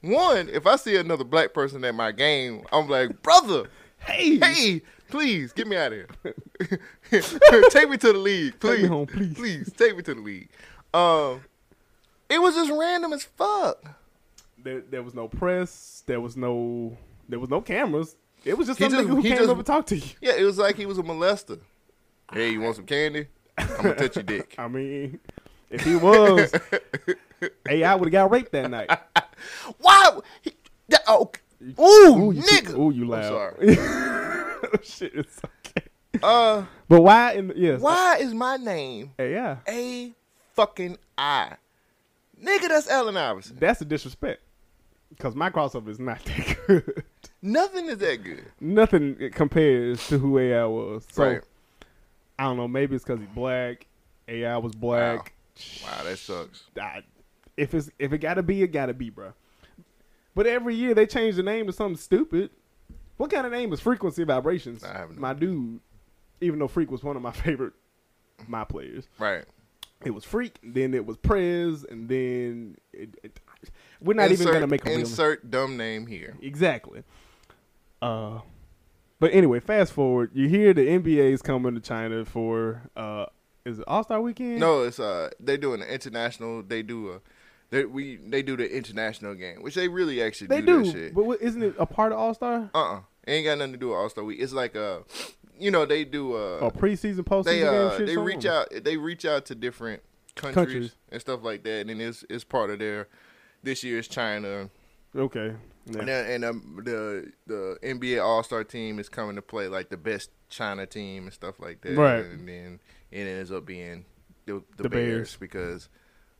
Speaker 3: one, if I see another black person at my game, I'm like, brother,
Speaker 2: hey,
Speaker 3: hey, please get me out of here. [LAUGHS] take me to the league, please.
Speaker 2: Take me home, please.
Speaker 3: Please take me to the league. Um, it was just random as fuck.
Speaker 2: There, there was no press. There was no there was no cameras. It was just
Speaker 3: He
Speaker 2: some
Speaker 3: just-
Speaker 2: nigga who
Speaker 3: he
Speaker 2: came
Speaker 3: just-
Speaker 2: up and talked to you.
Speaker 3: Yeah, it was like he was a molester. Hey, you want some candy? I'm gonna touch
Speaker 2: [LAUGHS]
Speaker 3: your dick.
Speaker 2: I mean, if he
Speaker 3: [LAUGHS]
Speaker 2: was, AI would have got raped that night.
Speaker 3: Why? He, that, oh, ooh,
Speaker 2: you
Speaker 3: nigga.
Speaker 2: Ooh, you
Speaker 3: I'm
Speaker 2: loud.
Speaker 3: sorry.
Speaker 2: [LAUGHS] Shit, it's okay.
Speaker 3: Uh,
Speaker 2: But why? In the, yes.
Speaker 3: why is my name
Speaker 2: Hey, yeah.
Speaker 3: A fucking I. Nigga, that's Allen Iverson.
Speaker 2: That's a disrespect. Because my crossover is not [LAUGHS] that good.
Speaker 3: Nothing is that good.
Speaker 2: nothing compares to who AI was. So
Speaker 3: Right.
Speaker 2: I don't know. Maybe it's because he's black. AI was black.
Speaker 3: Wow, that sucks.
Speaker 2: I- if it's if it gotta be, it gotta be, bro. But every year they change the name to something stupid. What kind of name is Frequency Vibrations?
Speaker 3: I have no
Speaker 2: my dude, even though Freak was one of my [LAUGHS] favorite my players,
Speaker 3: Right.
Speaker 2: it was Freak. Then it was Prez, and then it, it, we're not even
Speaker 3: Insert-
Speaker 2: gonna make a real
Speaker 3: insert dumb name here.
Speaker 2: Exactly. Uh, but anyway, fast forward. You hear the NBA is coming to China for uh, is it All Star Weekend?
Speaker 3: No, it's uh they do an international. They do a they we they do the international game, which they really actually
Speaker 2: they do.
Speaker 3: do, that shit.
Speaker 2: But what, isn't it a part of All Star
Speaker 3: uh uh it ain't got nothing to do with All Star Week. It's like uh you know they do uh
Speaker 2: or preseason, postseason
Speaker 3: they
Speaker 2: Oh, game?
Speaker 3: uh
Speaker 2: shit,
Speaker 3: they
Speaker 2: something?
Speaker 3: reach out they reach out to different countries,
Speaker 2: Countries.
Speaker 3: and stuff like that, and it's it's part of their this year's China.
Speaker 2: Okay. Yeah.
Speaker 3: And, then- and um, the the NBA All Star team is coming to play like the best China team and stuff like that.
Speaker 2: Right.
Speaker 3: And then it ends up being the, the,
Speaker 2: The
Speaker 3: Bears,
Speaker 2: Bears.
Speaker 3: because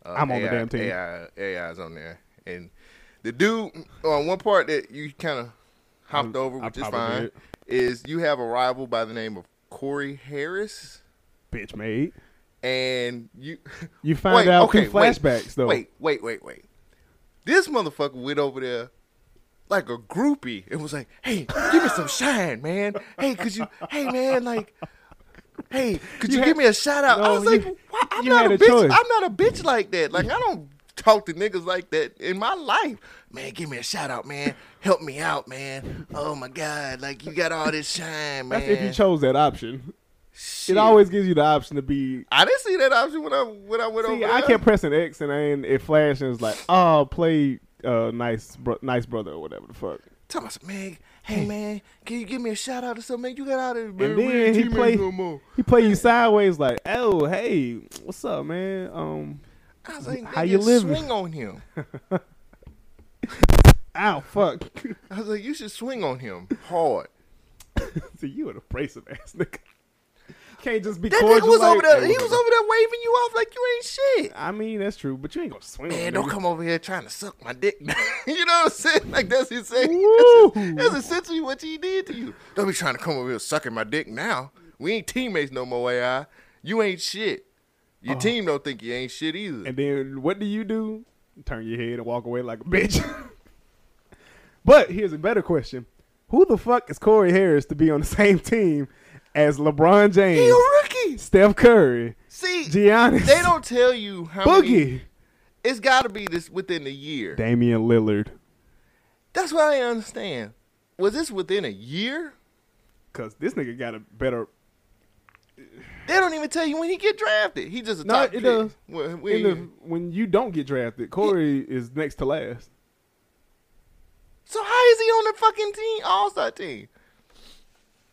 Speaker 3: uh,
Speaker 2: I'm on the
Speaker 3: AI
Speaker 2: damn team.
Speaker 3: AI, AI is on there, and the dude on one part that you kind of hopped
Speaker 2: I-
Speaker 3: over,
Speaker 2: I
Speaker 3: which is
Speaker 2: probably
Speaker 3: fine,
Speaker 2: did.
Speaker 3: is you have a rival by the name of Corey Harris,
Speaker 2: Bitch made.
Speaker 3: and you [LAUGHS]
Speaker 2: You find out through flashbacks,
Speaker 3: wait,
Speaker 2: though.
Speaker 3: Wait, wait, wait, wait. This motherfucker went over there like a groupie and was like, "Hey, give me
Speaker 2: [LAUGHS]
Speaker 3: some shine, man. Hey, could you? Hey, man, like." Hey, could you,
Speaker 2: You had-
Speaker 3: give me a shout out? I
Speaker 2: No,
Speaker 3: was like,
Speaker 2: you-
Speaker 3: "Why- I'm
Speaker 2: you
Speaker 3: not
Speaker 2: had
Speaker 3: a,
Speaker 2: a
Speaker 3: bitch.
Speaker 2: choice.
Speaker 3: I'm not a bitch like that. Like I don't talk to niggas like that in my life. Man, give me a shout out, man. Help me out, man. Oh my god, like you got all this shine, man.
Speaker 2: That's if you chose that option.
Speaker 3: Shit.
Speaker 2: It always gives you the option to be.
Speaker 3: I didn't see that option when I when I went
Speaker 2: See,
Speaker 3: over.
Speaker 2: I
Speaker 3: there.
Speaker 2: kept pressing X and then it flashed and it's like, oh, play uh, nice, bro- nice brother or whatever the fuck.
Speaker 3: Tell us, man. Hey, man, can you give me a shout out or something? Man, you got out of man.
Speaker 2: And
Speaker 3: we
Speaker 2: then
Speaker 3: ain't
Speaker 2: he
Speaker 3: teammates
Speaker 2: play-
Speaker 3: no more.
Speaker 2: He play you sideways like, oh, hey, what's up, man? Um,
Speaker 3: I was like,
Speaker 2: How
Speaker 3: nigga,
Speaker 2: you living?
Speaker 3: Swing on him.
Speaker 2: ow, [LAUGHS] fuck.
Speaker 3: I was like, you should swing on him hard.
Speaker 2: See, you an abrasive ass nigga. can't just be
Speaker 3: [LAUGHS] That
Speaker 2: cordial.
Speaker 3: nigga was
Speaker 2: like-
Speaker 3: over there. He was over there waving you off like you ain't shit.
Speaker 2: I mean, that's true, but you ain't gonna swing. on
Speaker 3: Man,
Speaker 2: a
Speaker 3: don't
Speaker 2: nigga.
Speaker 3: come over here trying to suck my dick. [LAUGHS] you know what I'm saying? [LAUGHS] Like that's his saying.
Speaker 2: Woo!
Speaker 3: [LAUGHS] That's, that's essentially what he did to you. Don't be trying to come over here sucking my dick now. We ain't teammates no more, AI. You ain't shit. Your team don't think you ain't shit either.
Speaker 2: And then what do you do? Turn your head and walk away like a bitch. [LAUGHS] but here's a better question: Who the fuck is Corey Harris to be on the same team as LeBron James,
Speaker 3: he a rookie.
Speaker 2: Steph Curry,
Speaker 3: See,
Speaker 2: Giannis,
Speaker 3: they don't tell you how many.
Speaker 2: Boogie,
Speaker 3: It's got to be this within a year.
Speaker 2: Damian Lillard?
Speaker 3: That's what I didn't understand. Was this within a year?
Speaker 2: Because this nigga got a better
Speaker 3: They don't even tell you when he get drafted. He just a
Speaker 2: No,
Speaker 3: top
Speaker 2: it
Speaker 3: pick.
Speaker 2: does.
Speaker 3: Well, we
Speaker 2: in
Speaker 3: ain't
Speaker 2: the,
Speaker 3: even-
Speaker 2: when you don't get drafted. Corey is next to last.
Speaker 3: so how is he on the fucking team, All Star team?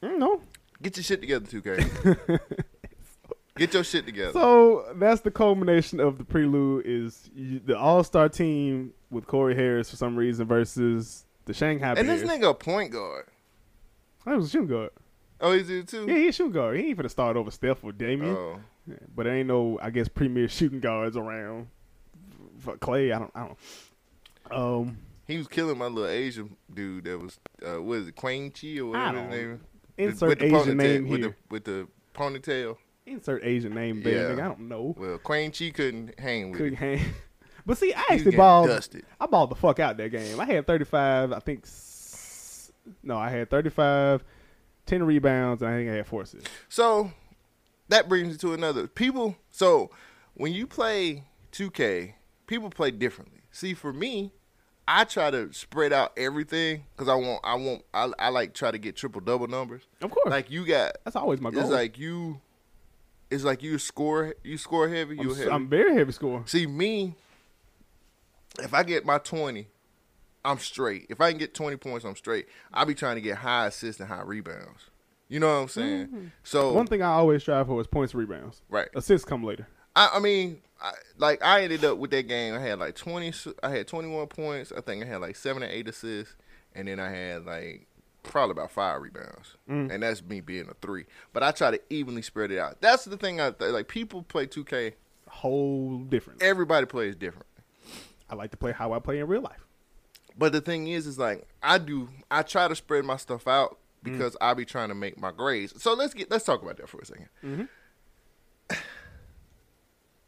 Speaker 2: Mm, No,
Speaker 3: Get your shit together, 2K.
Speaker 2: [LAUGHS]
Speaker 3: Get your shit together.
Speaker 2: So that's the culmination of the prelude is you, the All Star team with Corey Harris for some reason versus the Shanghai
Speaker 3: and this
Speaker 2: Bears.
Speaker 3: nigga a point guard.
Speaker 2: that was a shooting guard.
Speaker 3: Oh, he's it too?
Speaker 2: Yeah, he's a shooting guard. He ain't finna start over Steph or Damien.
Speaker 3: Oh.
Speaker 2: But there ain't no, I guess, premier shooting guards around. For Clay, I don't, I don't. Um,
Speaker 3: He was killing my little Asian dude that was, uh, what is it, Quang Chi or
Speaker 2: I
Speaker 3: whatever his
Speaker 2: don't-
Speaker 3: name is?
Speaker 2: insert
Speaker 3: the
Speaker 2: Asian name
Speaker 3: ponytail- with
Speaker 2: here.
Speaker 3: The, with the ponytail.
Speaker 2: insert Asian name, there.
Speaker 3: Yeah.
Speaker 2: Nigga, I don't know.
Speaker 3: Well, Quang Chi couldn't hang with
Speaker 2: Couldn't
Speaker 3: it.
Speaker 2: hang. [LAUGHS] But see, I
Speaker 3: He was
Speaker 2: actually
Speaker 3: getting
Speaker 2: balled.
Speaker 3: dusted.
Speaker 2: I balled the fuck out that game. I had 35, I think. s- No, I had 35, 10 rebounds, and I think I had four assists.
Speaker 3: So that brings it to another people. So when you play 2K, people play differently. See, for me, I try to spread out everything because I want, I want, I, I like try to get triple double numbers.
Speaker 2: Of course.
Speaker 3: Like you got,
Speaker 2: That's always my goal.
Speaker 3: it's like you, it's like you score, you score heavy,
Speaker 2: I'm,
Speaker 3: you
Speaker 2: s-
Speaker 3: heavy.
Speaker 2: I'm very heavy score.
Speaker 3: See me, if I get my twenty, I'm straight. If I can get twenty points, I'm straight. I'll be trying to get high assists and high rebounds. You know what I'm saying? So
Speaker 2: One thing I always strive for is points, rebounds.
Speaker 3: Right.
Speaker 2: Assists come later.
Speaker 3: I, I mean, I, like I ended up with that game. I had like twenty. s- I had twenty one points. I think I had like seven or eight assists, and then I had like probably about five rebounds. And that's me being a three. But I try to evenly spread it out. That's the thing. I th- like people play two K.
Speaker 2: Whole different.
Speaker 3: Everybody plays different.
Speaker 2: I like to play how I play in real life.
Speaker 3: But the thing is, is like I do. I try to spread my stuff out because I be trying to make my grades. So let's get let's talk about that for a 2nd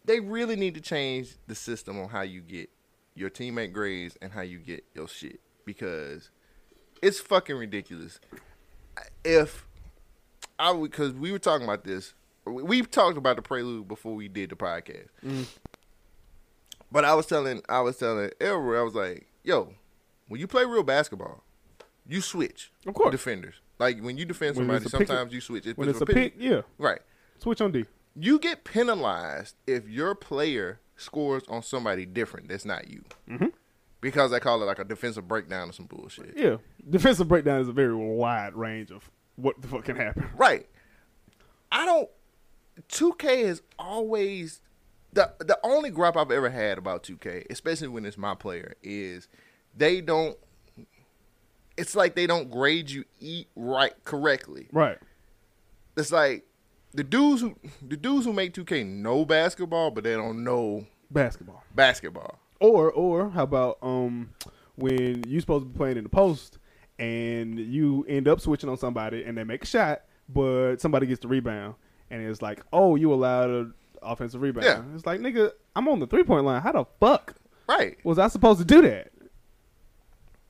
Speaker 3: They really need to change the system on how you get your teammate grades and how you get your shit because it's fucking ridiculous. If I would, because we were talking about this, we- we've talked about the prelude before we did the podcast.
Speaker 2: Mm-hmm.
Speaker 3: But I was telling, I was telling Elroy, I was like, "Yo, when you play real basketball, you switch.
Speaker 2: Of course.
Speaker 3: defenders. Like when you defend
Speaker 2: When
Speaker 3: somebody,
Speaker 2: it's a pick-
Speaker 3: sometimes you switch. If
Speaker 2: When it's a pick, yeah.
Speaker 3: right?
Speaker 2: Switch on D.
Speaker 3: You get penalized if your player scores on somebody different that's not you, mm-hmm. because they call it like a defensive breakdown or some bullshit.
Speaker 2: Yeah. Defensive breakdown is a very wide range of what the fuck can happen.
Speaker 3: Right. I don't. 2K has always the the only gripe I've ever had about 2K, especially when it's my player, is they don't. It's like they don't grade you eat right correctly.
Speaker 2: Right.
Speaker 3: It's like the dudes who the dudes who make 2K know basketball, but they don't know
Speaker 2: Basketball.
Speaker 3: basketball.
Speaker 2: Or or how about um when you supposed to be playing in the post and you end up switching on somebody and they make a shot, but somebody gets the rebound and it's like, oh, you allowed an offensive rebound.
Speaker 3: Yeah.
Speaker 2: It's like, nigga, I'm on the three point line. How the fuck
Speaker 3: Right.
Speaker 2: was I supposed to do that?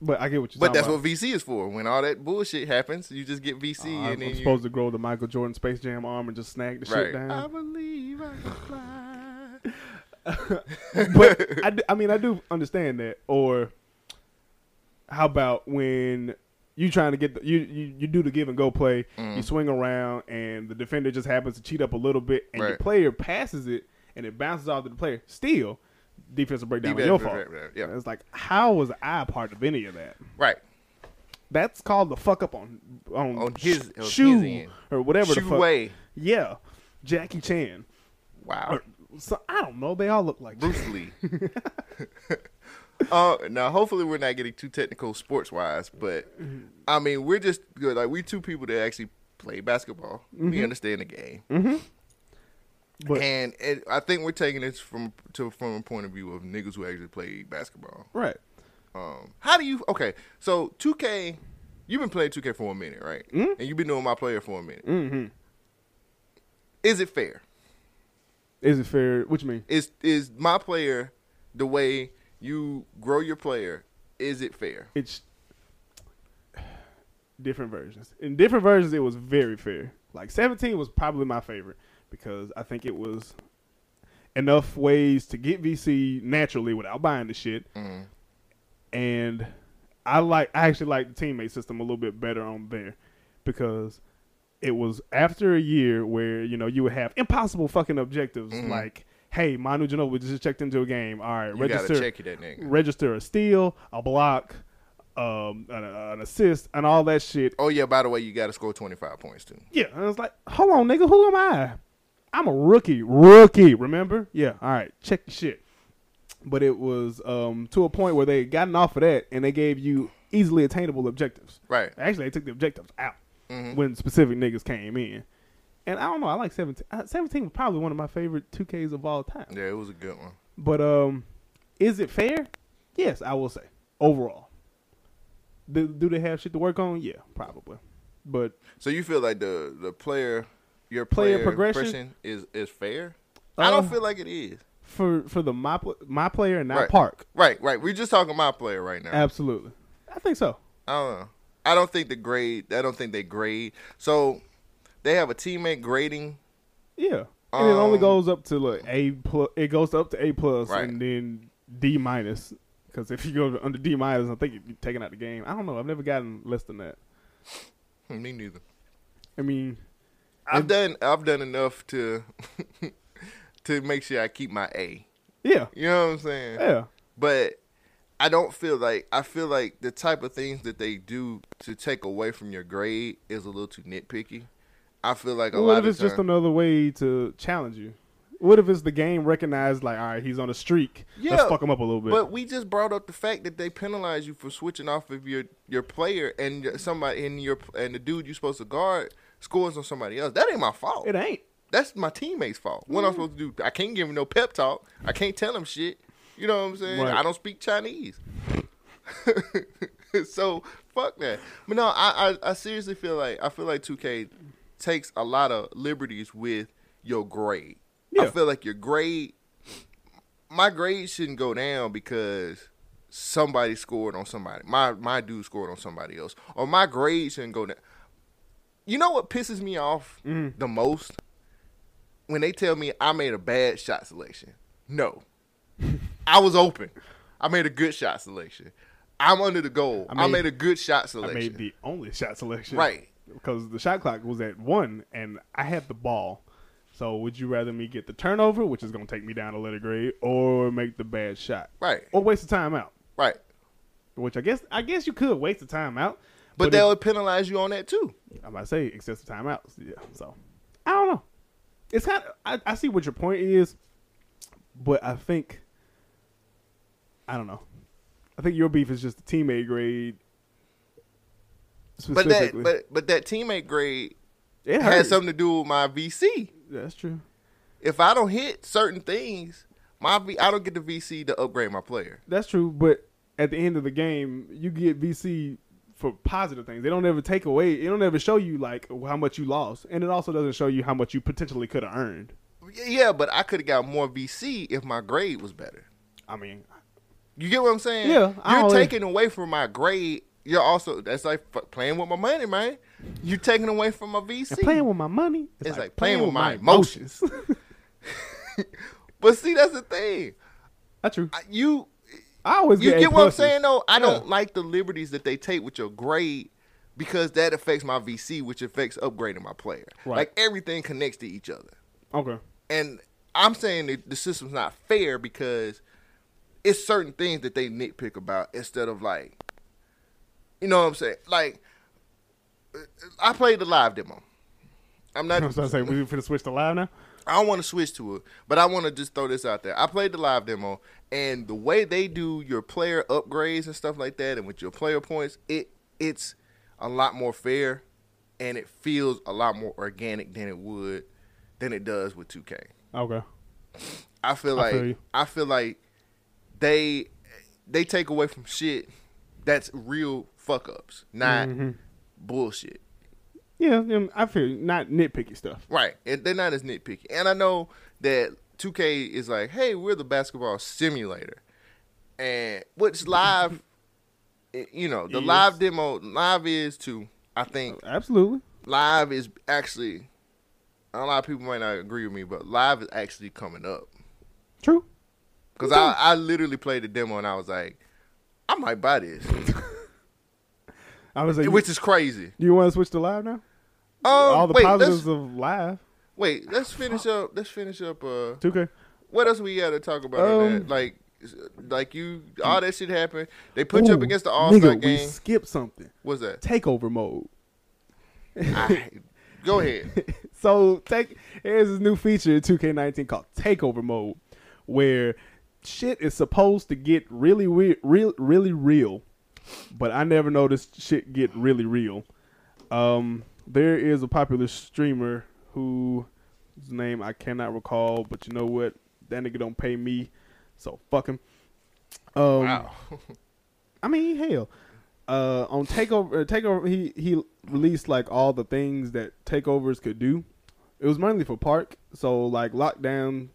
Speaker 2: But I get what you're
Speaker 3: But
Speaker 2: talking
Speaker 3: that's
Speaker 2: about.
Speaker 3: what VC is for. When all that bullshit happens, you just get VC
Speaker 2: Uh,
Speaker 3: and
Speaker 2: I'm
Speaker 3: then you.
Speaker 2: supposed to grow the Michael Jordan Space Jam arm and just snag the shit
Speaker 3: Right.
Speaker 2: down.
Speaker 3: I believe I can fly.
Speaker 2: [LAUGHS] but I, d- I mean, I do understand that. Or how about when you trying to get the, you, you you do the give and go play, you
Speaker 3: Mm.
Speaker 2: swing around, and the defender just happens to cheat up a little bit, and your
Speaker 3: Right.
Speaker 2: player passes it, and it bounces off to the player. Still, defensive breakdown on
Speaker 3: Defense
Speaker 2: your fault.
Speaker 3: breakdown, yeah.
Speaker 2: And It's like how was I a part of any of that?
Speaker 3: Right.
Speaker 2: That's called the fuck up on on,
Speaker 3: On his-
Speaker 2: sh-
Speaker 3: on his
Speaker 2: shoe
Speaker 3: end.
Speaker 2: or whatever the
Speaker 3: Shoe
Speaker 2: fuck.
Speaker 3: way.
Speaker 2: Yeah, Jackie Chan.
Speaker 3: Wow.
Speaker 2: Or, so I don't know. They all look like
Speaker 3: Bruce
Speaker 2: [LAUGHS]
Speaker 3: Lee. [LAUGHS] uh, now, hopefully, we're
Speaker 2: Mm-hmm.
Speaker 3: not getting too technical sports wise, but I mean, we're just good. Like, we two people that actually played basketball. We understand the game.
Speaker 2: Mm-hmm. But-
Speaker 3: and it, I think we're taking this from to from a point of view of niggas who actually played basketball.
Speaker 2: Right.
Speaker 3: Um, how do you? Okay, so 2K, you've been playing 2K for a minute, right? And you've been doing my player for a minute.
Speaker 2: Hmm? Mm-hmm.
Speaker 3: Is it fair?
Speaker 2: Is it fair? What you mean?
Speaker 3: Is is my player the way you grow your player? Is it fair?
Speaker 2: It's different versions. In different versions, it was very fair. Like 17 was probably my favorite because I think it was enough ways to get VC naturally without buying the shit.
Speaker 3: Mm-hmm.
Speaker 2: And I like I actually like the teammate system a little bit better on there because it was after a year where you know you would have impossible fucking objectives like hey Manu Ginobili just checked into a game all right
Speaker 3: Mm-hmm. You
Speaker 2: register
Speaker 3: gotta check it, that nigga.
Speaker 2: register a steal, a block, um, an, an assist, and all that shit.
Speaker 3: Oh yeah, by the way, you gotta score 25 points too.
Speaker 2: Yeah, and I was like, hold on, nigga, who am I? I'm a rookie, rookie. Remember? Yeah. All right, check the shit. But it was um, to a point where they had gotten off of that, and they gave you easily attainable objectives.
Speaker 3: Right.
Speaker 2: Actually, they took the objectives out when specific niggas came in. And I don't know. I like seventeen. Uh, Seventeen was probably one of my favorite two Ks of all time.
Speaker 3: Yeah, it was a good one.
Speaker 2: But um, is it fair? Yes, I will say overall. Do, do they have shit to work on? Yeah, probably. But
Speaker 3: So you feel like the the player your
Speaker 2: Player
Speaker 3: player,
Speaker 2: progression?
Speaker 3: progression? is is fair? I
Speaker 2: Uh,
Speaker 3: don't feel like it is.
Speaker 2: for for the my pl- my player and not
Speaker 3: Right.
Speaker 2: Park,
Speaker 3: Right, right. We're just talking my player right now.
Speaker 2: absolutely. I think so.
Speaker 3: I don't know. I don't think the grade. I don't think they grade. So they have a teammate grading.
Speaker 2: Yeah, and it only
Speaker 3: Um,
Speaker 2: goes up to like A plus. It goes up to A plus
Speaker 3: Right.
Speaker 2: and then D minus. Because if you go under D minus, I think you're taking out the game. I don't know. I've never gotten less than that.
Speaker 3: Hmm, Me neither.
Speaker 2: I mean,
Speaker 3: I've done. I've done enough to [LAUGHS] to make sure I keep my A.
Speaker 2: yeah,
Speaker 3: You know what I'm saying?
Speaker 2: yeah,
Speaker 3: But I don't feel like I feel like the type of things that they do to take away from your grade is a little too nitpicky. I feel like a
Speaker 2: what
Speaker 3: lot
Speaker 2: if
Speaker 3: of
Speaker 2: it's just
Speaker 3: time-
Speaker 2: another way to challenge you? What if it's the game recognized like, all right, he's on a streak. Let's
Speaker 3: Yeah,
Speaker 2: fuck him up a little bit.
Speaker 3: But we just brought up the fact that they penalize you for switching off of your your player and your, somebody and your and the dude you're supposed to guard scores on somebody else. That ain't my fault.
Speaker 2: it ain't.
Speaker 3: That's my teammate's fault. What
Speaker 2: Mm.
Speaker 3: I'm supposed to do? I can't give him no pep talk. I can't tell him shit. You know what I'm saying?
Speaker 2: Right.
Speaker 3: I don't speak Chinese. [LAUGHS] so fuck that. But no, I, I I seriously feel like I feel like 2K takes a lot of liberties with your grade.
Speaker 2: Yeah.
Speaker 3: I feel like your grade my grade shouldn't go down because somebody scored on somebody. My my dude scored on somebody else. Or my grade shouldn't go down. You know what pisses me off
Speaker 2: Mm.
Speaker 3: the most? When they tell me I made a bad shot selection.
Speaker 2: [LAUGHS]
Speaker 3: No. I was open. I made a good shot selection. I'm under the goal. I made,
Speaker 2: made-
Speaker 3: a good shot
Speaker 2: I
Speaker 3: selection.
Speaker 2: made the only shot selection.
Speaker 3: Right.
Speaker 2: Because the shot clock was at one and I had the ball. So would you rather me get the turnover, which is gonna take me down a letter grade, or make the bad shot?
Speaker 3: Right.
Speaker 2: Or waste a timeout.
Speaker 3: Right.
Speaker 2: Which I guess I guess you could waste a timeout.
Speaker 3: But,
Speaker 2: if-
Speaker 3: they'll penalize you on that too.
Speaker 2: I might say excessive timeouts. Yeah. So I don't know. It's kind of I, I see what your point is, but I think I don't know. I think your beef is just the teammate grade.
Speaker 3: But that
Speaker 2: Specifically.
Speaker 3: but but that teammate grade
Speaker 2: it
Speaker 3: has
Speaker 2: hurts.
Speaker 3: something to do with my VC.
Speaker 2: That's true.
Speaker 3: If I don't hit certain things, my v, I don't get the VC to upgrade my player.
Speaker 2: That's true. But at the end of the game, you get VC for positive things. They don't ever take away. It don't ever show you like how much you lost, and it also doesn't show you how much you potentially could have earned.
Speaker 3: Yeah, but I could have got more VC if my grade was better.
Speaker 2: I mean,
Speaker 3: You get what I'm saying?
Speaker 2: Yeah, I
Speaker 3: You're
Speaker 2: don't-
Speaker 3: taking away from my grade. You're also that's like f- playing with my money, man. You're taking away from my VC.
Speaker 2: and playing with my money is
Speaker 3: It's like playing with my emotions. but see, that's the thing.
Speaker 2: [LAUGHS] That's true.
Speaker 3: I- You
Speaker 2: I always
Speaker 3: you
Speaker 2: get,
Speaker 3: get,
Speaker 2: A
Speaker 3: what I'm
Speaker 2: pluses.
Speaker 3: saying though. I don't
Speaker 2: Yeah.
Speaker 3: like the liberties that they take with your grade because that affects my VC, which affects upgrading my player.
Speaker 2: Right.
Speaker 3: Like everything connects to each other.
Speaker 2: Okay. [LAUGHS]
Speaker 3: and I'm saying that the system's not fair because it's certain things that they nitpick about instead of like, you know what I'm saying? Like, I played the live demo.
Speaker 2: [LAUGHS]
Speaker 3: I'm not.
Speaker 2: I was about to say we finna switch to live now.
Speaker 3: I don't want to switch to it, but I want to just throw this out there. I played the live demo, and the way they do your player upgrades and stuff like that, and with your player points, it it's a lot more fair and it feels a lot more organic than it would than it does with 2K.
Speaker 2: Okay.
Speaker 3: I feel
Speaker 2: I
Speaker 3: like
Speaker 2: feel
Speaker 3: I feel,
Speaker 2: you.
Speaker 3: like they they take away from shit that's real fuck ups, not
Speaker 2: Mm-hmm.
Speaker 3: bullshit.
Speaker 2: Yeah, um, I feel you. not nitpicky stuff.
Speaker 3: Right. And they're not as nitpicky. And I know that 2K is like, hey, we're the basketball simulator. And
Speaker 2: [LAUGHS]
Speaker 3: what's live, it- you know, the
Speaker 2: Is.
Speaker 3: live demo, live is to, I think,
Speaker 2: Absolutely.
Speaker 3: live is actually, a lot of people might not agree with me, but live is actually coming up.
Speaker 2: True.
Speaker 3: Because I, I literally played the demo and I was like, I might
Speaker 2: [LAUGHS]
Speaker 3: buy this,
Speaker 2: I was like,
Speaker 3: which is crazy.
Speaker 2: you want to switch to live now?
Speaker 3: Um,
Speaker 2: All the
Speaker 3: wait,
Speaker 2: positives
Speaker 3: let's,
Speaker 2: of live.
Speaker 3: wait, let's finish up. Let's finish up. Uh,
Speaker 2: 2K.
Speaker 3: what else we got to talk about?
Speaker 2: Um,
Speaker 3: on that? Like, like you, all that shit happened. They put you up
Speaker 2: Ooh,
Speaker 3: against the All Star
Speaker 2: nigga, We
Speaker 3: game.
Speaker 2: skipped something. [LAUGHS]
Speaker 3: What's that?
Speaker 2: Takeover mode.
Speaker 3: I- go
Speaker 2: [LAUGHS]
Speaker 3: ahead.
Speaker 2: so take here's this new feature in 2K19 called Takeover Mode, where shit is supposed to get really weird, real, really real, but I never noticed shit get really real. Um, there is a popular streamer who whose name I cannot recall, but you know what? That nigga don't pay me, so fuck him. Um,
Speaker 3: Wow.
Speaker 2: I mean, hell. Uh, on takeover, uh, takeover, he he released like all the things that takeovers could do. It was mainly for park, so like lockdown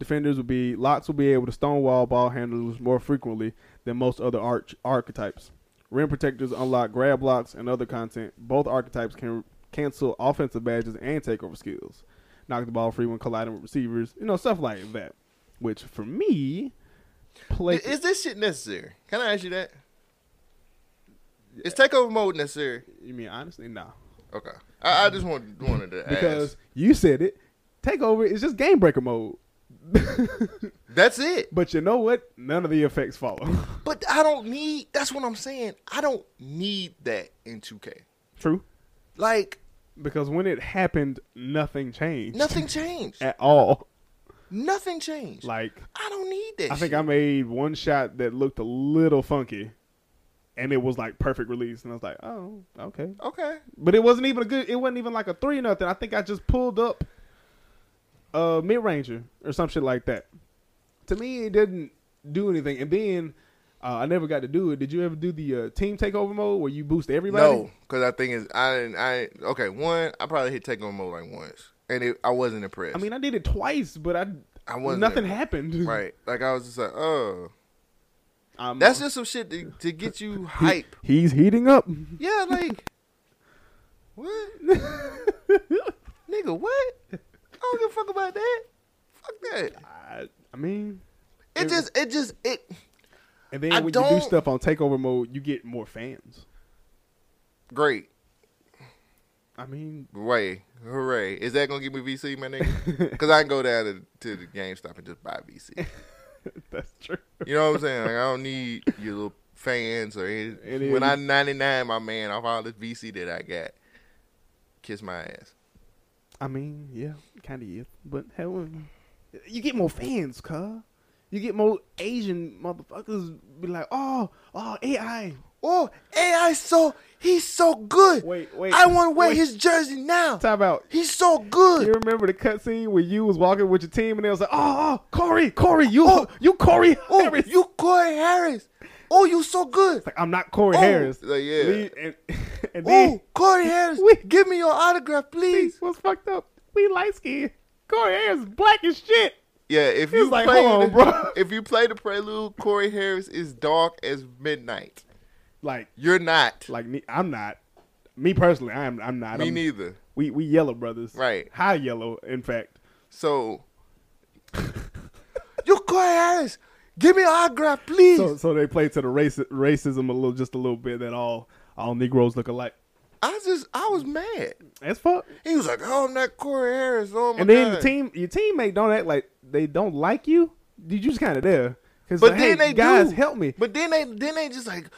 Speaker 2: defenders would be locks will be able to stonewall ball handlers more frequently than most other arch archetypes. Rim protectors unlock grab blocks and other content. Both archetypes can cancel offensive badges and takeover skills. Knock the ball free when colliding with receivers, you know stuff like that. Which for me, play
Speaker 3: Is this shit necessary? Can I ask you that? Is takeover mode necessary?
Speaker 2: you mean honestly, nah.
Speaker 3: Okay. I, I just wanted wanted to
Speaker 2: because
Speaker 3: ask.
Speaker 2: you said it. Takeover is just game breaker mode. [LAUGHS]
Speaker 3: That's it.
Speaker 2: But you know what? None of the effects follow.
Speaker 3: [LAUGHS] But I don't need. That's what I'm saying. I don't need that in 2K.
Speaker 2: True.
Speaker 3: Like
Speaker 2: Because when it happened, nothing changed.
Speaker 3: nothing changed.
Speaker 2: at all.
Speaker 3: Nothing changed.
Speaker 2: Like
Speaker 3: I don't need that.
Speaker 2: I think
Speaker 3: shit.
Speaker 2: I made one shot that looked a little funky, and it was like perfect release, and I was like, oh, okay.
Speaker 3: okay.
Speaker 2: But it wasn't even a good. It wasn't even like a three or nothing. I think I just pulled up a mid ranger or some shit like that. To me, it didn't do anything. And then uh, I never got to do it. Did you ever do the uh, team takeover mode where you boost everybody?
Speaker 3: No, because I think it's I didn't I okay one I probably hit takeover mode like once and it, I wasn't impressed.
Speaker 2: I mean, I did it twice, but I,
Speaker 3: I wasn't
Speaker 2: nothing
Speaker 3: there.
Speaker 2: happened.
Speaker 3: right? Like I was just like, oh,
Speaker 2: [LAUGHS] I'm-
Speaker 3: that's just some shit to, to get
Speaker 2: [LAUGHS]
Speaker 3: you hype.
Speaker 2: He's heating up. [LAUGHS]
Speaker 3: Yeah, like what, nigga? What? I don't give a fuck about that. Fuck that.
Speaker 2: I, I mean,
Speaker 3: It just it just it.
Speaker 2: and then
Speaker 3: I
Speaker 2: when you do
Speaker 3: don't-
Speaker 2: stuff on takeover mode, you get more fans.
Speaker 3: Great.
Speaker 2: I mean, [LAUGHS]
Speaker 3: Way. Hooray. Is that going to give me VC, my nigga? [LAUGHS] Because I can go down to, to the GameStop and just buy VC.
Speaker 2: that's true.
Speaker 3: You know what I'm saying? Like, I don't need your little fans or
Speaker 2: It
Speaker 3: anything.
Speaker 2: is-
Speaker 3: When I'm 99, my man, off all this VC that I got, kiss my ass.
Speaker 2: I mean, yeah, kind of is. But hell, uh, you get more fans, cuz. You get more Asian motherfuckers be like, oh, oh, AI.
Speaker 3: Oh, AI, so he's so good.
Speaker 2: Wait, wait,
Speaker 3: I want to wear
Speaker 2: wait.
Speaker 3: his jersey now.
Speaker 2: Talk about.
Speaker 3: He's so
Speaker 2: You
Speaker 3: good.
Speaker 2: remember the cutscene where you was walking with your team and they was like, oh, oh Corey, Corey, you, you Corey
Speaker 3: Oh,
Speaker 2: Harris.
Speaker 3: you Corey Harris. Oh, you so good.
Speaker 2: like, I'm not Corey
Speaker 3: Oh.
Speaker 2: Harris.
Speaker 3: Like, yeah.
Speaker 2: Leave- and, [LAUGHS] and
Speaker 3: Oh,
Speaker 2: then [LAUGHS]
Speaker 3: Corey Harris.
Speaker 2: We-
Speaker 3: Give me your autograph,
Speaker 2: he
Speaker 3: please.
Speaker 2: was fucked up. We light skinned. Corey Harris is black as shit.
Speaker 3: Yeah, if you
Speaker 2: like,
Speaker 3: play
Speaker 2: hold on,
Speaker 3: the,
Speaker 2: bro.
Speaker 3: [LAUGHS] if you play the prelude, Corey Harris is dark as midnight.
Speaker 2: Like,
Speaker 3: You're not.
Speaker 2: like me, I'm not. Me personally, I'm, I'm not.
Speaker 3: Me
Speaker 2: I'm-
Speaker 3: neither.
Speaker 2: We we yellow brothers.
Speaker 3: Right.
Speaker 2: High yellow, in fact.
Speaker 3: So [LAUGHS] you Corey Harris. Give me an autograph, please.
Speaker 2: So so they play to the raci- racism a little just a little bit that all all Negroes look alike.
Speaker 3: I just I was mad.
Speaker 2: That's fuck.
Speaker 3: He was like, "Oh, I'm not Corey Harris." Oh my
Speaker 2: And then
Speaker 3: God.
Speaker 2: the team your teammate don't act like they don't like you. You just kinda there. 'Cause
Speaker 3: but
Speaker 2: like,
Speaker 3: then
Speaker 2: hey,
Speaker 3: they
Speaker 2: guys
Speaker 3: do.
Speaker 2: help me.
Speaker 3: But then they then they just like,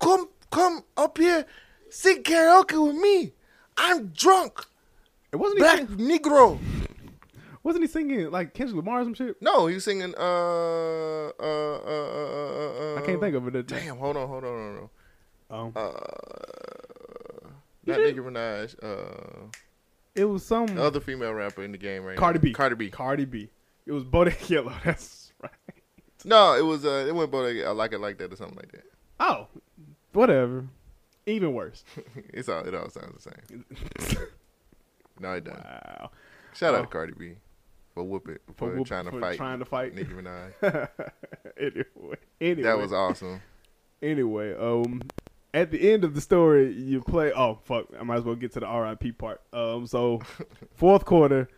Speaker 3: "Come come up here, sing karaoke with me. I'm drunk,
Speaker 2: It wasn't
Speaker 3: black
Speaker 2: he sing-
Speaker 3: Negro."
Speaker 2: wasn't he singing like Kendrick Lamar or some shit?
Speaker 3: No, he was singing. Uh, uh, uh, uh, uh, uh,
Speaker 2: I can't think of it.
Speaker 3: Damn, hold on, hold on, hold on.
Speaker 2: Um,
Speaker 3: Uh, Not Nicki Minaj. Uh,
Speaker 2: It was some
Speaker 3: the other female rapper in the game right
Speaker 2: Cardi
Speaker 3: now.
Speaker 2: B.
Speaker 3: Oh, Cardi B.
Speaker 2: Cardi B. It was Bodak [LAUGHS] Yellow. That's right.
Speaker 3: no, it was uh, it went both. I like it like that or something like that. [LAUGHS]
Speaker 2: Oh, whatever. Even worse.
Speaker 3: It's all it all sounds the same. no, it doesn't.
Speaker 2: Wow.
Speaker 3: Shout out
Speaker 2: Oh.
Speaker 3: to Cardi B for whooping for,
Speaker 2: For, whoop-
Speaker 3: trying to
Speaker 2: for
Speaker 3: fight
Speaker 2: Trying to fight. [LAUGHS]
Speaker 3: Nicki Minaj.
Speaker 2: anyway. Anyway.
Speaker 3: That was awesome.
Speaker 2: Anyway, um, at the end of the story, you play. Oh fuck! I might as well get to the RIP part. Um,
Speaker 3: [LAUGHS]
Speaker 2: so fourth quarter,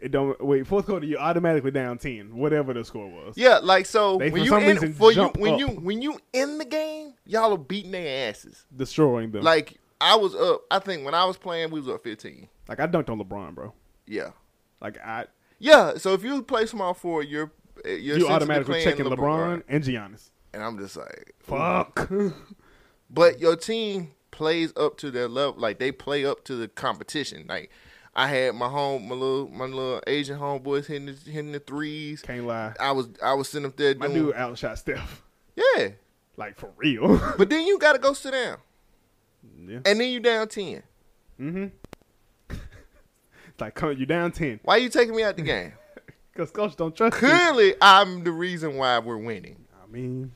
Speaker 2: it don't wait. Fourth quarter, you're automatically down ten, whatever the score was.
Speaker 3: Yeah, like so
Speaker 2: They,
Speaker 3: when
Speaker 2: for
Speaker 3: you
Speaker 2: some
Speaker 3: in
Speaker 2: reason,
Speaker 3: for you
Speaker 2: jump
Speaker 3: when
Speaker 2: up.
Speaker 3: you when you in the game, y'all are beating their asses.
Speaker 2: Destroying them. Like,
Speaker 3: Like I was up. I think when I was playing, we was up fifteen.
Speaker 2: I dunked on LeBron, bro.
Speaker 3: Yeah,
Speaker 2: Like I,
Speaker 3: yeah. So if you play small four, you're eh, you're
Speaker 2: you
Speaker 3: essentially
Speaker 2: automatically
Speaker 3: playing
Speaker 2: checking LeBron, and Giannis.
Speaker 3: and I'm just like,
Speaker 2: Fuck. [LAUGHS]
Speaker 3: but your team plays up to their level. Like they play up to the competition. Like I had my home, my little, my little Asian homeboys hitting the, hitting the threes.
Speaker 2: Can't lie.
Speaker 3: I was, I was sitting up there
Speaker 2: My
Speaker 3: doing,
Speaker 2: dude outshot Steph. [LAUGHS]
Speaker 3: yeah.
Speaker 2: Like for real. [LAUGHS]
Speaker 3: But then you gotta go sit down,
Speaker 2: yeah.
Speaker 3: and then you down ten.
Speaker 2: Mm-hmm. like, come, you down ten
Speaker 3: Why you taking me
Speaker 2: [LAUGHS]
Speaker 3: out the game?
Speaker 2: because coach don't trust
Speaker 3: [LAUGHS]
Speaker 2: you.
Speaker 3: Clearly, I'm the reason why we're winning.
Speaker 2: I mean,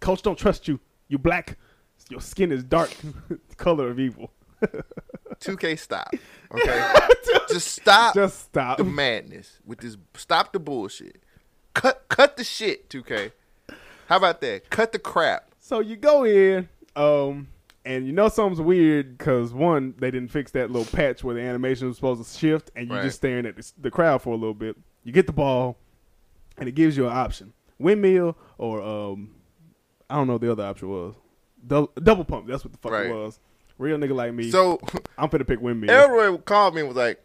Speaker 2: coach don't trust you. You black. Your skin is dark. [LAUGHS] color of evil.
Speaker 3: Ah. 2K stop. Okay, just
Speaker 2: [LAUGHS]
Speaker 3: stop
Speaker 2: Just stop.
Speaker 3: the madness with this. Stop the bullshit. Cut, cut the shit. 2K. How about that? Cut the crap.
Speaker 2: So you go in, um, and you know something's weird because one, they didn't fix that little patch where the animation was supposed to shift, and you're
Speaker 3: Right.
Speaker 2: just staring at the, the crowd for a little bit. You get the ball, and it gives you an option: windmill or um, I don't know what the other option was double, double pump. That's what the fuck
Speaker 3: Right.
Speaker 2: it was. Real nigga like me,
Speaker 3: So
Speaker 2: [LAUGHS] I'm finna pick windmill.
Speaker 3: Elroy called me and was like,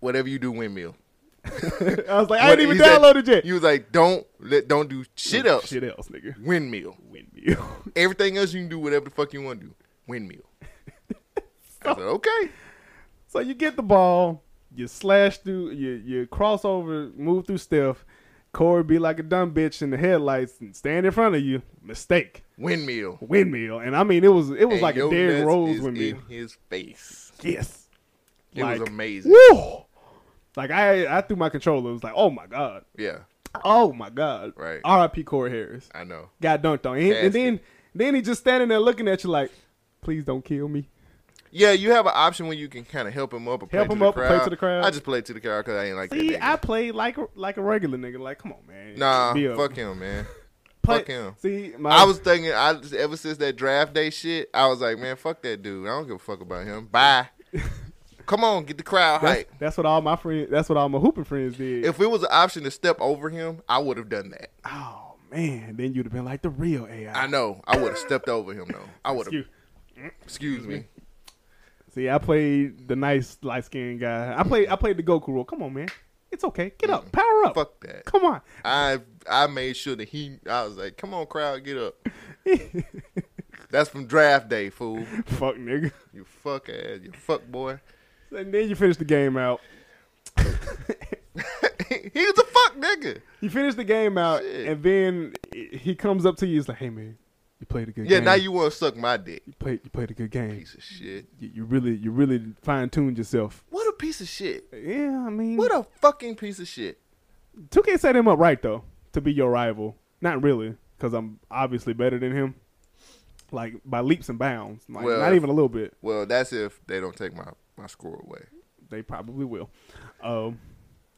Speaker 3: "Whatever you do, windmill."
Speaker 2: [LAUGHS] I was like, I
Speaker 3: What-
Speaker 2: ain't even
Speaker 3: he said-
Speaker 2: downloaded yet.
Speaker 3: He was like, "Don't let, don't do shit else.
Speaker 2: Shit else, nigga.
Speaker 3: Windmill.
Speaker 2: Windmill. [LAUGHS]
Speaker 3: Everything else you can do, whatever the fuck you want to do, windmill." I said, "Okay."
Speaker 2: So you get the ball, you slash through, you you cross over, move through Steph. Corey be like a dumb bitch in the headlights and stand in front of you. Mistake.
Speaker 3: Windmill.
Speaker 2: Windmill. And I mean, it was it was
Speaker 3: And
Speaker 2: like a
Speaker 3: your
Speaker 2: Derrick
Speaker 3: nuts
Speaker 2: Rose
Speaker 3: is
Speaker 2: windmill.
Speaker 3: in his face.
Speaker 2: Yes.
Speaker 3: It
Speaker 2: Like-
Speaker 3: was amazing.
Speaker 2: Woo! Like I I threw my controller. It was like, oh my god,
Speaker 3: Yeah,
Speaker 2: oh my god.
Speaker 3: Right.
Speaker 2: R.I.P. Corey Harris
Speaker 3: I know.
Speaker 2: got dunked on, and, and
Speaker 3: Casket.
Speaker 2: then then he just standing there looking at you like, please don't kill me.
Speaker 3: Yeah, you have an option where you can kind of help him up or play
Speaker 2: Help
Speaker 3: to
Speaker 2: him
Speaker 3: the
Speaker 2: up or
Speaker 3: crowd.
Speaker 2: play to the crowd.
Speaker 3: I just played to the crowd because I ain't like
Speaker 2: See,
Speaker 3: that. nigga.
Speaker 2: I played like a, like a regular nigga. Like, come on, man.
Speaker 3: nah,
Speaker 2: Be a-
Speaker 3: fuck him, man.
Speaker 2: play-
Speaker 3: fuck him.
Speaker 2: See, my,
Speaker 3: I was thinking, I just- ever since that draft day shit, I was like, man, fuck that dude. I don't give a fuck about him.
Speaker 2: [LAUGHS]
Speaker 3: Bye. Come on, get the crowd
Speaker 2: That's,
Speaker 3: hype.
Speaker 2: that's what all my friends. That's what all my hooping friends did.
Speaker 3: If it was an option to step over him, I would have done that.
Speaker 2: oh man, then you'd have been like the real AI.
Speaker 3: I know. I would have stepped over him though. I would have.
Speaker 2: Excuse-
Speaker 3: Excuse me.
Speaker 2: See, I played the nice light skinned guy. I played. I played the Goku rule. Come on, man. It's okay. Get up. Power up.
Speaker 3: Fuck that.
Speaker 2: Come on. [LAUGHS]
Speaker 3: I I made sure that he. I was like, come on, crowd, get up. That's from draft day, fool.
Speaker 2: Fuck nigga.
Speaker 3: You fuck ass. You fuck boy.
Speaker 2: And then you finish the game out. [LAUGHS]
Speaker 3: [LAUGHS] he was a fuck nigga.
Speaker 2: You finish the game out,
Speaker 3: Shit.
Speaker 2: and then he comes up to you. He's like, "Hey man, you played a good
Speaker 3: Yeah,
Speaker 2: game.
Speaker 3: now you want to suck my dick.
Speaker 2: you played. You played a good game.
Speaker 3: Piece of shit.
Speaker 2: You, you really, you really fine tuned yourself.
Speaker 3: What a piece of shit.
Speaker 2: Yeah, I mean,
Speaker 3: What a fucking piece of shit.
Speaker 2: 2K set him up right though to be your rival. Not really, because I'm obviously better than him, like by leaps and bounds. Like
Speaker 3: Well-
Speaker 2: not even a little bit.
Speaker 3: Well, that's if they don't take my, my score away.
Speaker 2: They probably will. Um,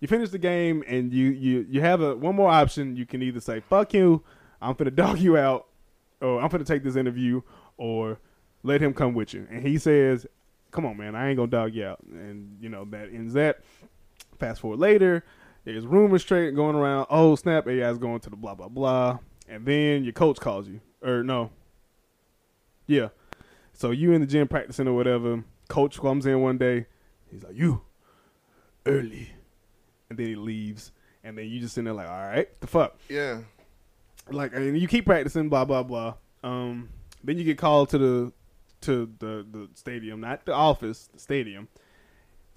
Speaker 2: you finish the game and you you you have a one more option. You can either say "fuck you," I'm gonna [LAUGHS] dog you out, or I'm gonna take this interview, or let him come with you. And he says, "Come on, man, I ain't gonna dog you out." And you know that ends that. Fast forward later, there's rumors straight going around. Oh snap, AI's going to the blah blah blah, and then your coach calls you, or no, yeah. So you in the gym practicing or whatever. Coach comes in one day. He's like, "You early," and then he leaves, and then you just sitting there like, "All right, the fuck."
Speaker 3: Yeah.
Speaker 2: Like, and you keep practicing, blah blah blah. Um, then you get called to the to the the stadium, not the office, the stadium.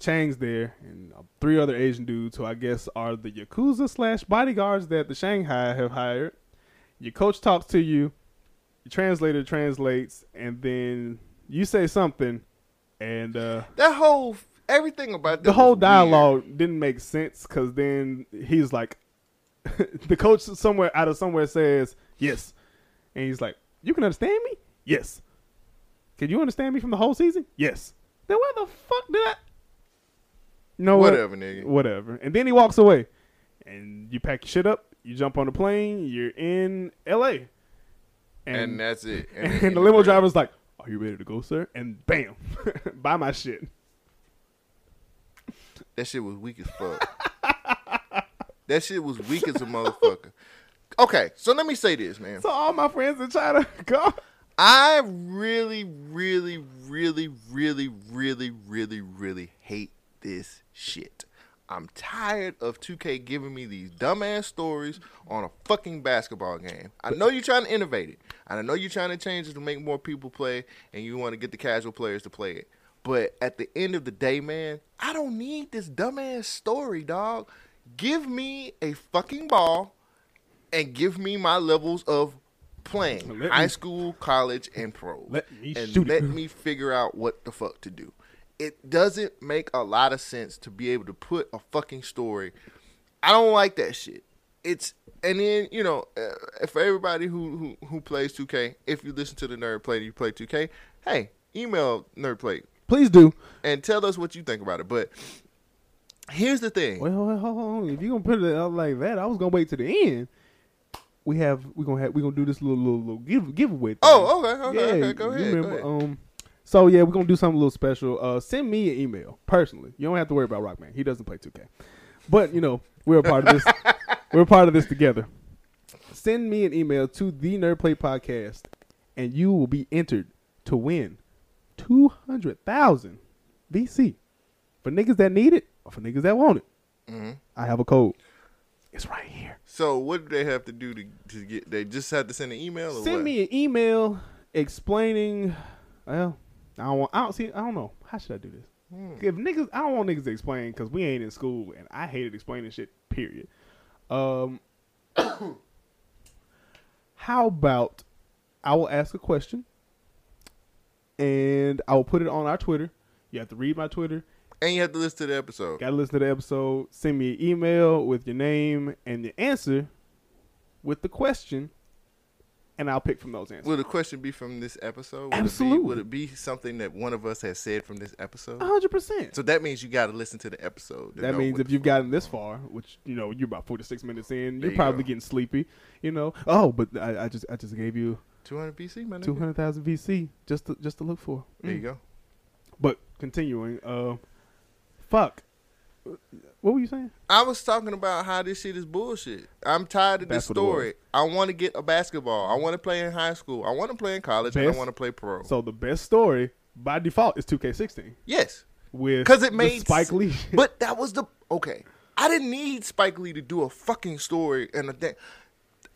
Speaker 2: Chang's there, and uh, three other Asian dudes who I guess are the yakuza slash bodyguards that the Shanghai have hired. Your coach talks to you, your translator translates, and then you say something, and uh,
Speaker 3: That whole everything about that
Speaker 2: the whole
Speaker 3: was weird.
Speaker 2: dialogue didn't make sense because then he's like, [LAUGHS] the coach somewhere out of somewhere says yes, and he's like, you can understand me? Yes. Can you understand me from the whole season? Yes. Then why the fuck did I? No.
Speaker 3: Whatever, nigga.
Speaker 2: Whatever. And then he walks away, and you pack your shit up, you jump on a plane, you're in L.A.
Speaker 3: and, that's it.
Speaker 2: [LAUGHS] And, the limo driver's like, "Are you ready to go, sir?" And bam, [LAUGHS] buy my shit.
Speaker 3: That shit was weak as fuck. that shit was weak as
Speaker 2: [LAUGHS]
Speaker 3: a motherfucker. Okay, so let me say this, man.
Speaker 2: So all my friends in China [LAUGHS] go.
Speaker 3: I really, really, really, really, really, really, really hate this shit. I'm tired of 2K giving me these dumbass stories on a fucking basketball game. I know you're trying to innovate it. and I know you're trying to change it to make more people play and you want to get the casual players to play it. But at the end of the day, man, I don't need this dumbass story, dog. Give me a fucking ball and give me my levels of playing
Speaker 2: Let
Speaker 3: high
Speaker 2: me-
Speaker 3: school, college, and pro.
Speaker 2: Let me
Speaker 3: and
Speaker 2: shoot it.
Speaker 3: let me figure out what the fuck to do. It doesn't make a lot of sense to be able to put a fucking story. I don't like that shit. It's and then you know, uh, for everybody who, who who plays 2K, if you listen to the Nerd Play, you play 2K. Hey, email Nerd Play
Speaker 2: Please do.
Speaker 3: and tell us what you think about it. But here's the thing.
Speaker 2: Well, hold on. If you gonna put it out like that, I was gonna wait to the end. We have we gonna have we gonna do this little little little give, giveaway. thing.
Speaker 3: Oh, okay, okay, okay, go
Speaker 2: you
Speaker 3: ahead, go ahead.
Speaker 2: Um, so yeah, we're gonna do something a little special. Uh, send me an email personally. You don't have to worry about Rockman. He doesn't play 2K, but you know we're a part of this.
Speaker 3: [LAUGHS]
Speaker 2: we're a part of this together. Send me an email to the Nerd Play Podcast, and you will be entered to win two hundred thousand VC for niggas that need it or for niggas that want it.
Speaker 3: Mm-hmm.
Speaker 2: I have a code. It's right here.
Speaker 3: So what do they have to do to, to get? They just have to send an email. Or
Speaker 2: Send
Speaker 3: what?
Speaker 2: me an email explaining. Well, I don't want. I don't see. I don't know. How should I do this? If niggas, I don't want niggas to explain because we ain't in school, and I hated explaining shit. Period. Um, [COUGHS] how about I will ask a question, and I will put it on our Twitter. You have to read my Twitter.
Speaker 3: and you have to listen to the episode.
Speaker 2: Gotta listen to the episode. Send me an email with your name and the answer with the question, and I'll pick from those answers.
Speaker 3: Will the question be from this episode? Will It
Speaker 2: Absolutely.
Speaker 3: be, would it be something that one of us has said from this episode?
Speaker 2: A hundred percent.
Speaker 3: So that means you got to listen to the episode. to
Speaker 2: That
Speaker 3: know
Speaker 2: means
Speaker 3: what
Speaker 2: if
Speaker 3: the
Speaker 2: you've
Speaker 3: fuck-
Speaker 2: gotten this far, which you know you're about forty six minutes in,
Speaker 3: There
Speaker 2: you're
Speaker 3: you
Speaker 2: probably
Speaker 3: go.
Speaker 2: getting sleepy. You know. Oh, but I, I just I just gave you
Speaker 3: 200 BC, man.
Speaker 2: two hundred thousand VC just to, just to look for.
Speaker 3: There you
Speaker 2: Mm.
Speaker 3: go.
Speaker 2: But continuing, uh, fuck. What were you saying?
Speaker 3: I was talking about how this shit is bullshit. I'm tired of
Speaker 2: That's
Speaker 3: this
Speaker 2: what it
Speaker 3: story. I want to get a basketball. I want to play in high school. I want to play in college. And I
Speaker 2: Best-
Speaker 3: want to play pro.
Speaker 2: So the best story by default is two K sixteen
Speaker 3: yes.
Speaker 2: with
Speaker 3: Because it
Speaker 2: the
Speaker 3: made
Speaker 2: Spike Lee.
Speaker 3: s- [LAUGHS] But that was the okay. I didn't need Spike Lee to do a fucking story and a thing.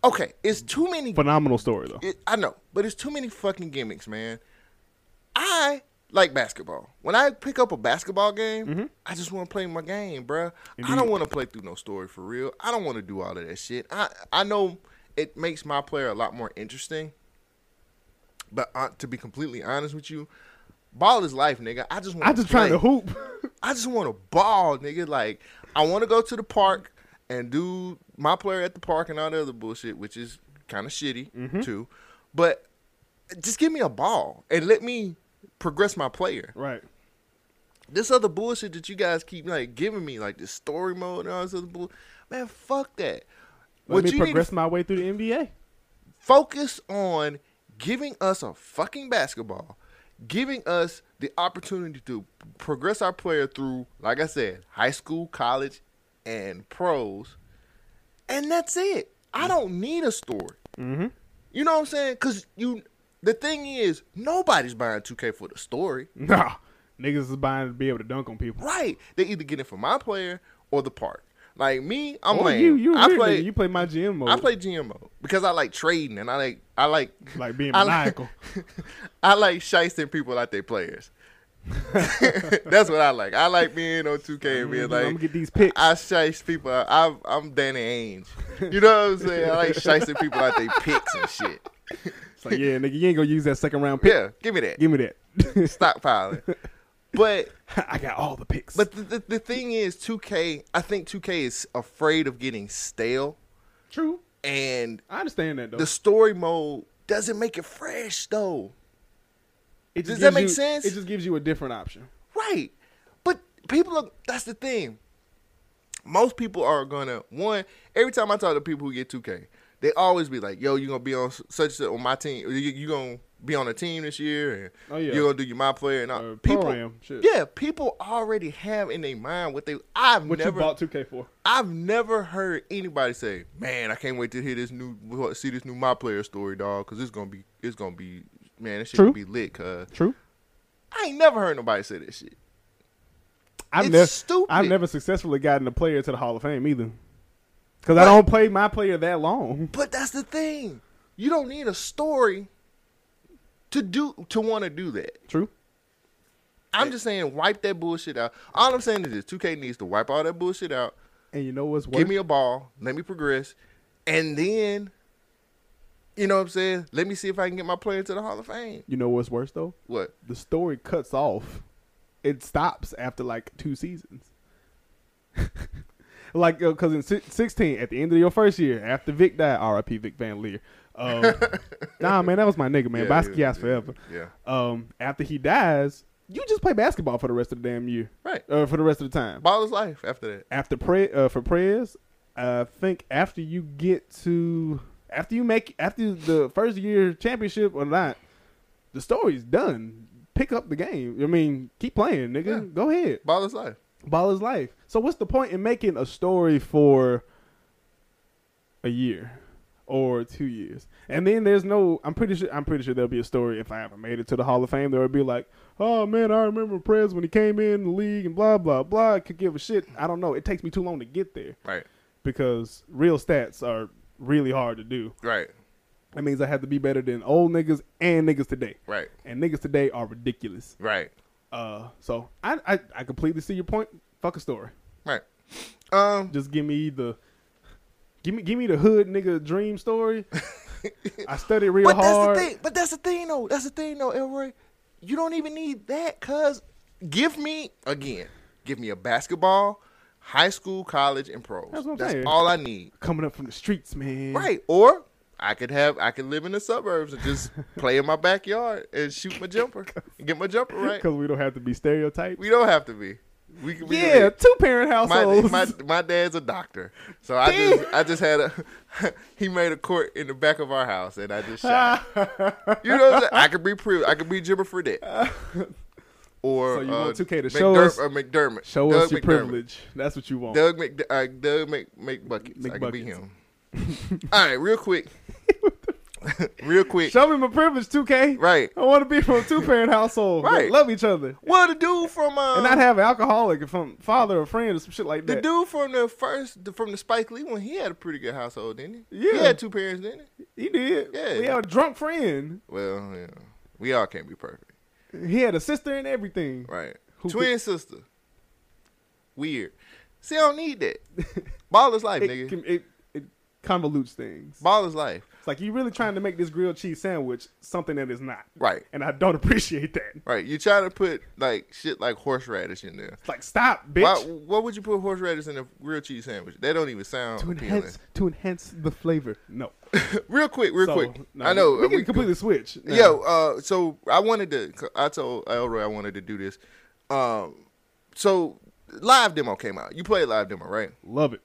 Speaker 3: Okay, it's too
Speaker 2: [LAUGHS]
Speaker 3: many
Speaker 2: Phenomenal story though.
Speaker 3: [LAUGHS] it, I know, but it's too many fucking gimmicks, man. I like basketball. When I pick up a basketball game,
Speaker 2: Mm-hmm.
Speaker 3: I just want to play my game, bruh. I don't want to play through no story for real. I don't want to do all of that shit. I I know it makes my player a lot more interesting, but uh, to be completely honest with you, ball is life, nigga. I just want.
Speaker 2: I just trying to hoop.
Speaker 3: I just want to ball, nigga. Like I want to go to the park and do my player at the park and all the other bullshit, which is kind of shitty
Speaker 2: Mm-hmm.
Speaker 3: too. But just give me a ball and let me progress my player.
Speaker 2: right.
Speaker 3: This other bullshit that you guys keep like giving me, like this story mode and all this other bullshit, man, fuck
Speaker 2: Let
Speaker 3: that. What
Speaker 2: me
Speaker 3: you need to
Speaker 2: progress my way through the NBA.
Speaker 3: focus on giving us a fucking basketball, giving us the opportunity to progress our player through, like I said, high school, college, and pros, and that's it. I
Speaker 2: Mm-hmm.
Speaker 3: don't need a story. You know what I'm saying? Because you, the thing is, nobody's buying 2K for the story,
Speaker 2: Nah, niggas is buying to be able to dunk on people.
Speaker 3: right? They either get it for my player or the park. Like me, I'm
Speaker 2: Oh,
Speaker 3: like,
Speaker 2: you, you,
Speaker 3: I
Speaker 2: weird,
Speaker 3: play,
Speaker 2: nigga. you play my GM mode.
Speaker 3: I play GMO because I like trading and I like I like
Speaker 2: Like being
Speaker 3: [LAUGHS] I
Speaker 2: maniacal.
Speaker 3: Like, I like shysting people out their players. [LAUGHS] That's what I like. I like being on 2K and being
Speaker 2: Mhm, I'ma
Speaker 3: like,
Speaker 2: get these picks.
Speaker 3: I shice people. out. I'm, I'm Danny Ainge. You know what I'm saying? I like shysting people out their picks and shit.
Speaker 2: It's like, yeah, nigga, you ain't gonna use that second round pick.
Speaker 3: Yeah, give me that.
Speaker 2: Give me that. [LAUGHS]
Speaker 3: Stockpiling. but
Speaker 2: I got all the picks.
Speaker 3: but the, the, the thing is, 2K. I think 2K is afraid of getting stale,
Speaker 2: true.
Speaker 3: and
Speaker 2: I understand that though.
Speaker 3: the story mode doesn't make it fresh though.
Speaker 2: It just
Speaker 3: Does that
Speaker 2: gives
Speaker 3: make
Speaker 2: you-
Speaker 3: sense?
Speaker 2: It just gives you a different option.
Speaker 3: Right. But people are that's the thing. Most people are gonna one, every time I talk to people who get 2K, they always be like, yo, you gonna be on s- such such on my team or you, you gonna be on a team this year and
Speaker 2: Oh, yeah.
Speaker 3: you're gonna do your my player and all
Speaker 2: Uh,
Speaker 3: people
Speaker 2: program, shit.
Speaker 3: Yeah, people already have in their mind what they I've
Speaker 2: What
Speaker 3: never
Speaker 2: you bought 2K for?
Speaker 3: I've never heard anybody say, "Man, I can't wait to hear this new, see this new my player story, dog, because it's gonna be, it's gonna be, man, this shit
Speaker 2: True.
Speaker 3: gonna be lit." Cause
Speaker 2: True.
Speaker 3: I ain't never heard nobody say that shit.
Speaker 2: I've
Speaker 3: It's
Speaker 2: never
Speaker 3: stupid.
Speaker 2: I've never successfully gotten a player to the Hall of Fame either. Cuz I don't play my player that long.
Speaker 3: But that's the thing, you don't need a story to do to want to do that.
Speaker 2: True.
Speaker 3: I'm just saying, wipe that bullshit out. All I'm saying is this: 2K needs to wipe all that bullshit out.
Speaker 2: And you know what's worse?
Speaker 3: Give me a ball, let me progress, and then, you know what I'm saying? Let me see if I can get my player to the Hall of Fame.
Speaker 2: you know what's worse though?
Speaker 3: What?
Speaker 2: The story cuts off. It stops after like two seasons. [LAUGHS] like uh, cuz in si- 16 at the end of your first year after Vic died, RIP Vic Van Leer.
Speaker 3: [LAUGHS]
Speaker 2: Um, nah, man, that was my nigga, man.
Speaker 3: Yeah,
Speaker 2: Basquiat's
Speaker 3: yeah, yeah,
Speaker 2: forever.
Speaker 3: yeah.
Speaker 2: Um, after he dies, you just play basketball for the rest of the damn year.
Speaker 3: Right.
Speaker 2: Uh, for the rest of the time.
Speaker 3: Ball is life after that.
Speaker 2: after pray uh, for prayers. I think after you get to after you make after the first year championship or not, the story's done. Pick up the game. I mean, keep playing, nigga.
Speaker 3: Yeah.
Speaker 2: Go ahead.
Speaker 3: Ball is life.
Speaker 2: Ball is life. So what's the point in making a story for a year or two years? And then there's no I'm pretty sure I'm pretty sure there'll be a story if I ever made it to the Hall of Fame, there would be like, Oh man, I remember Prez when he came in the league and blah blah blah. I could give a shit. I don't know. It takes me too long to get there.
Speaker 3: Right.
Speaker 2: Because real stats are really hard to do.
Speaker 3: Right.
Speaker 2: That means I have to be better than old niggas and niggas today.
Speaker 3: Right.
Speaker 2: And niggas today are ridiculous.
Speaker 3: Right.
Speaker 2: Uh so I I, I completely see your point. Fuck a story.
Speaker 3: Right. Um.
Speaker 2: just give me the give me give me the hood nigga dream
Speaker 3: [LAUGHS]
Speaker 2: story. I studied real
Speaker 3: But
Speaker 2: hard.
Speaker 3: that's the thing. But that's the thing, though. That's the thing, though, Elroy. You don't even need that, cause give me again, give me a basketball, high school, college, and pros.
Speaker 2: That's what I'm saying.
Speaker 3: all I need.
Speaker 2: Coming up from the streets, man.
Speaker 3: Right. Or I could have, I could live in the suburbs and
Speaker 2: [LAUGHS]
Speaker 3: just play in my backyard and shoot my jumper, and get my jumper right.
Speaker 2: Because we don't have to be stereotyped.
Speaker 3: We don't have to be. We can be
Speaker 2: yeah, two parent
Speaker 3: my,
Speaker 2: households. [LAUGHS]
Speaker 3: my my dad's a doctor, so I just I just had a [LAUGHS] he made a court in the back of our house, and I
Speaker 2: [LAUGHS]
Speaker 3: just shot. it. you know, what I'm saying? I could be pre, I could be
Speaker 2: [LAUGHS]
Speaker 3: Jimmer Fredette, or
Speaker 2: So you
Speaker 3: uh,
Speaker 2: want 2K to show us-
Speaker 3: McDerm- or McDermott,
Speaker 2: Show
Speaker 3: Doug
Speaker 2: us your
Speaker 3: McDermott.
Speaker 2: privilege. That's what you want.
Speaker 3: Doug Mc uh, Doug Mc McBuckets. I could be him. All right, real quick,
Speaker 2: [LAUGHS]
Speaker 3: real quick.
Speaker 2: Show me my privilege, 2K.
Speaker 3: Right.
Speaker 2: I want to be from a two parent household.
Speaker 3: Right.
Speaker 2: Love each other.
Speaker 3: well, the dude from uh,
Speaker 2: And not have an alcoholic from father or friend or some shit like
Speaker 3: the
Speaker 2: that.
Speaker 3: dude from the first from the Spike Lee one, he had a pretty good household, didn't he?
Speaker 2: Yeah.
Speaker 3: he had two parents, didn't he?
Speaker 2: he did.
Speaker 3: Yeah.
Speaker 2: We had a drunk friend.
Speaker 3: Well, yeah, we all can't be perfect.
Speaker 2: He had a sister and everything.
Speaker 3: Right.
Speaker 2: Who
Speaker 3: Twin sister. Weird. See, I don't need that. Ball is
Speaker 2: [LAUGHS]
Speaker 3: life,
Speaker 2: It,
Speaker 3: nigga.
Speaker 2: can- it, it convolutes things.
Speaker 3: Ball is life.
Speaker 2: It's like you're really trying to make this grilled cheese sandwich something that is not.
Speaker 3: Right.
Speaker 2: And I don't [LAUGHS] appreciate that.
Speaker 3: Right. You try to put like shit like horseradish in there.
Speaker 2: It's like stop, bitch.
Speaker 3: Why, what would you put horseradish in a grilled cheese sandwich? That don't even sound
Speaker 2: To
Speaker 3: Oh, appealing.
Speaker 2: enhance to enhance the flavor. No.
Speaker 3: [LAUGHS] real quick, real
Speaker 2: So,
Speaker 3: quick.
Speaker 2: no,
Speaker 3: I know.
Speaker 2: We,
Speaker 3: uh,
Speaker 2: can completely switch. now.
Speaker 3: Yo, uh, so I wanted to. I told Elroy I wanted to do this. Um, so live demo came out. You played live demo, right?
Speaker 2: Love it.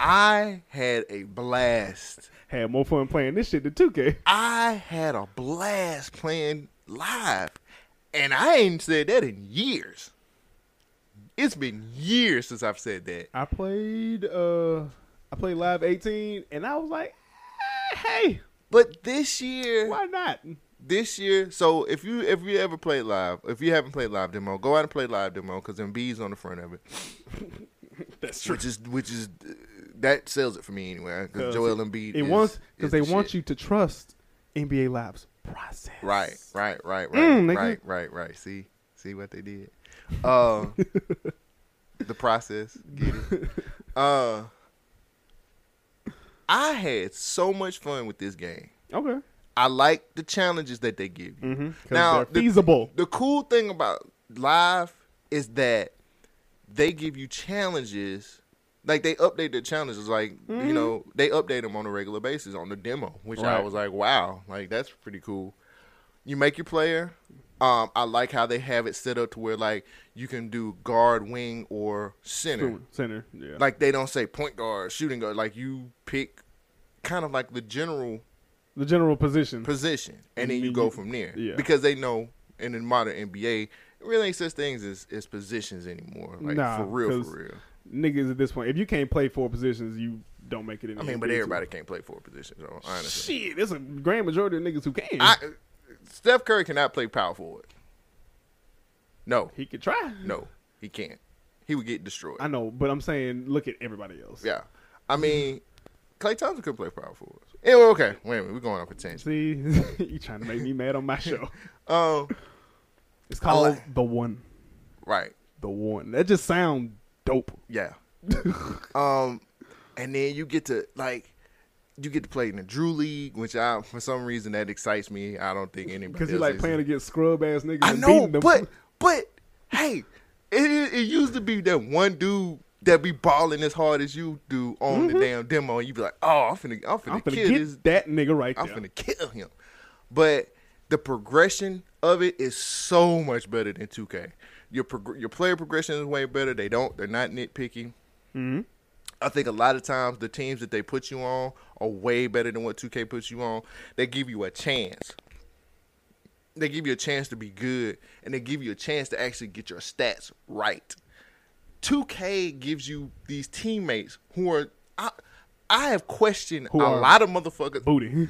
Speaker 3: I had a blast.
Speaker 2: Had more fun playing this shit than 2K.
Speaker 3: I had a blast playing live, and I ain't said that in years. It's been years since I've said that.
Speaker 2: I played uh I played Live 18 and I was like, "Ah, hey,
Speaker 3: But this year,
Speaker 2: why not?
Speaker 3: this year, so if you if you ever played live, if you haven't played live demo, go out and play live demo because Embiid's on the front of it,
Speaker 2: [LAUGHS] That's
Speaker 3: which is which is uh, that sells it for me anyway. Because Joel Embiid,
Speaker 2: It
Speaker 3: is-
Speaker 2: wants
Speaker 3: is
Speaker 2: because they
Speaker 3: the
Speaker 2: want
Speaker 3: shit.
Speaker 2: you to trust NBA Live's process.
Speaker 3: Right, right, right, right,
Speaker 2: Mm, nigga.
Speaker 3: right, right, right. See, see what they did.
Speaker 2: [LAUGHS]
Speaker 3: Uh, the process, get it. Uh, I had so much fun with this game.
Speaker 2: Okay.
Speaker 3: I like the challenges that they give you.
Speaker 2: Mm-hmm. 'Cause
Speaker 3: Now,
Speaker 2: they're
Speaker 3: the-
Speaker 2: feasible.
Speaker 3: The cool thing about live is that they give you challenges. Like they update the challenges, like you know they update them on a regular basis on the demo, which I
Speaker 2: Right.
Speaker 3: was like, wow, like that's pretty cool. You make your player. Um, I like how they have it set up to where like you can do guard, wing, or center.
Speaker 2: Center. Center. Yeah.
Speaker 3: Like they don't say point guard, shooting guard. Like you pick kind of like the general
Speaker 2: the general position.
Speaker 3: position, and then you
Speaker 2: Mhm.
Speaker 3: go from there.
Speaker 2: Yeah.
Speaker 3: Because they know in the modern NBA, it really ain't such things as, as positions anymore. Like
Speaker 2: Nah,
Speaker 3: for real,
Speaker 2: 'cause-
Speaker 3: for real.
Speaker 2: Niggas at this point, if you can't play four positions, you don't make it in.
Speaker 3: I
Speaker 2: the
Speaker 3: mean, but
Speaker 2: NBA too.
Speaker 3: everybody can't play four positions. though, Honestly,
Speaker 2: Shit, there's a grand majority of niggas who can.
Speaker 3: I, Steph Curry cannot play power forward. No,
Speaker 2: he could try.
Speaker 3: no, he can't. He would get destroyed.
Speaker 2: I know, but I'm saying, look at everybody else.
Speaker 3: Yeah, I mean, Clay Thompson could play power forward. Anyway, okay, wait a minute, we're going off
Speaker 2: [LAUGHS]
Speaker 3: a tangent.
Speaker 2: See, you trying to make me mad on my
Speaker 3: [LAUGHS]
Speaker 2: show.
Speaker 3: Um,
Speaker 2: It's called
Speaker 3: like-
Speaker 2: the one,
Speaker 3: right.
Speaker 2: the one. That just sound dope.
Speaker 3: Yeah. [LAUGHS] um, and then you get to like, you get to play in the Drew League, which I for some reason that excites me. I don't think anybody
Speaker 2: Because you
Speaker 3: else
Speaker 2: like
Speaker 3: is-
Speaker 2: playing against scrub ass niggas.
Speaker 3: I
Speaker 2: and
Speaker 3: know,
Speaker 2: beating them.
Speaker 3: but but hey, it it used to be that one dude that be balling as hard as you do on the damn demo, and you be like, oh, I'm finna, I'm
Speaker 2: [LAUGHS]
Speaker 3: finna,
Speaker 2: Mm-hmm. I'm finna
Speaker 3: kill
Speaker 2: get
Speaker 3: this,
Speaker 2: that nigga right
Speaker 3: I'm
Speaker 2: there.
Speaker 3: finna kill him. But the progression of it is so much better than 2K. Your prog- your player progression is way better. They don't. They're not nitpicky.
Speaker 2: Mhm.
Speaker 3: I think a lot of times the teams that they put you on are way better than what 2K puts you on. They give you a chance. They give you a chance to be good, and they give you a chance to actually get your stats right. 2K gives you these teammates who are. I, I have questioned
Speaker 2: Who
Speaker 3: a
Speaker 2: are
Speaker 3: lot of motherfuckers.
Speaker 2: Booty.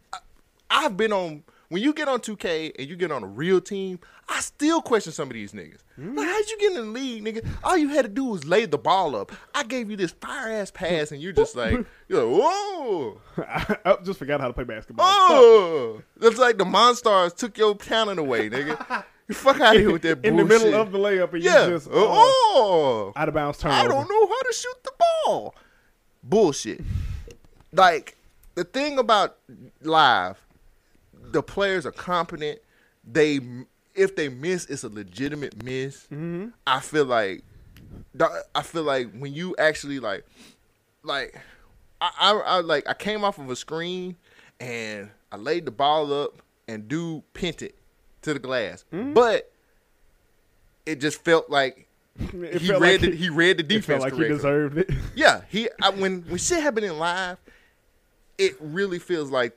Speaker 2: [LAUGHS]
Speaker 3: I've been on when you get on 2K and you get on a real team, I still question some of these niggas. Like, how'd you get in the league, nigga? All you had to do was lay the ball up. I gave you this fire ass pass, and
Speaker 2: [LAUGHS]
Speaker 3: you're just like, you're like, whoa,
Speaker 2: I, I just forgot how to play basketball.
Speaker 3: oh. That's like the Monstars took your talent away, nigga. You fuck out of here with
Speaker 2: [LAUGHS]
Speaker 3: that
Speaker 2: in the
Speaker 3: bullshit.
Speaker 2: middle of the layup, and
Speaker 3: yeah. uh,
Speaker 2: you just oh,
Speaker 3: oh.
Speaker 2: out of bounds turnover.
Speaker 3: I don't know how to shoot the ball. Bullshit. Like the thing about live, the players are competent. They if they miss, it's a legitimate miss.
Speaker 2: Mm-hmm.
Speaker 3: I feel like I feel like when you actually like like I, I I like I came off of a screen and I laid the ball up and dude pent it to the glass,
Speaker 2: Mm-hmm.
Speaker 3: but it just felt like
Speaker 2: [LAUGHS] It
Speaker 3: he
Speaker 2: felt
Speaker 3: read
Speaker 2: like
Speaker 3: the, he read the
Speaker 2: [LAUGHS] it felt
Speaker 3: defense
Speaker 2: like
Speaker 3: correctly.
Speaker 2: he deserved it.
Speaker 3: Yeah, he I, when when shit happened in live, it really feels like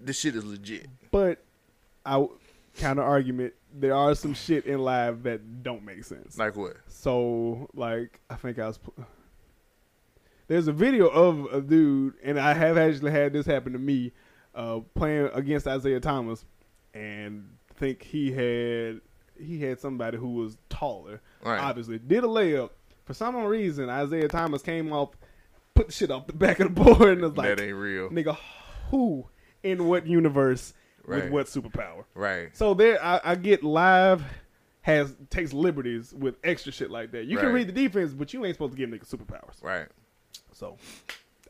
Speaker 3: this shit is legit.
Speaker 2: But I counter argument: there are some shit in live that don't make sense.
Speaker 3: Like what?
Speaker 2: So, like, I think I was. Pl- There's a video of a dude, and I have actually had this happen to me, uh, playing against Isaiah Thomas, and think he had he had somebody who was taller.
Speaker 3: Right.
Speaker 2: Obviously, did a layup. For some reason, Isaiah Thomas came off, put the shit off the [LAUGHS] back of the board, and was like,
Speaker 3: that ain't real.
Speaker 2: "Nigga, who in what universe
Speaker 3: Right.
Speaker 2: with what superpower?"
Speaker 3: Right.
Speaker 2: So there, I, I get live has takes liberties with extra shit like that. You can
Speaker 3: Right.
Speaker 2: read the defense, but you ain't supposed to give niggas superpowers.
Speaker 3: Right.
Speaker 2: So,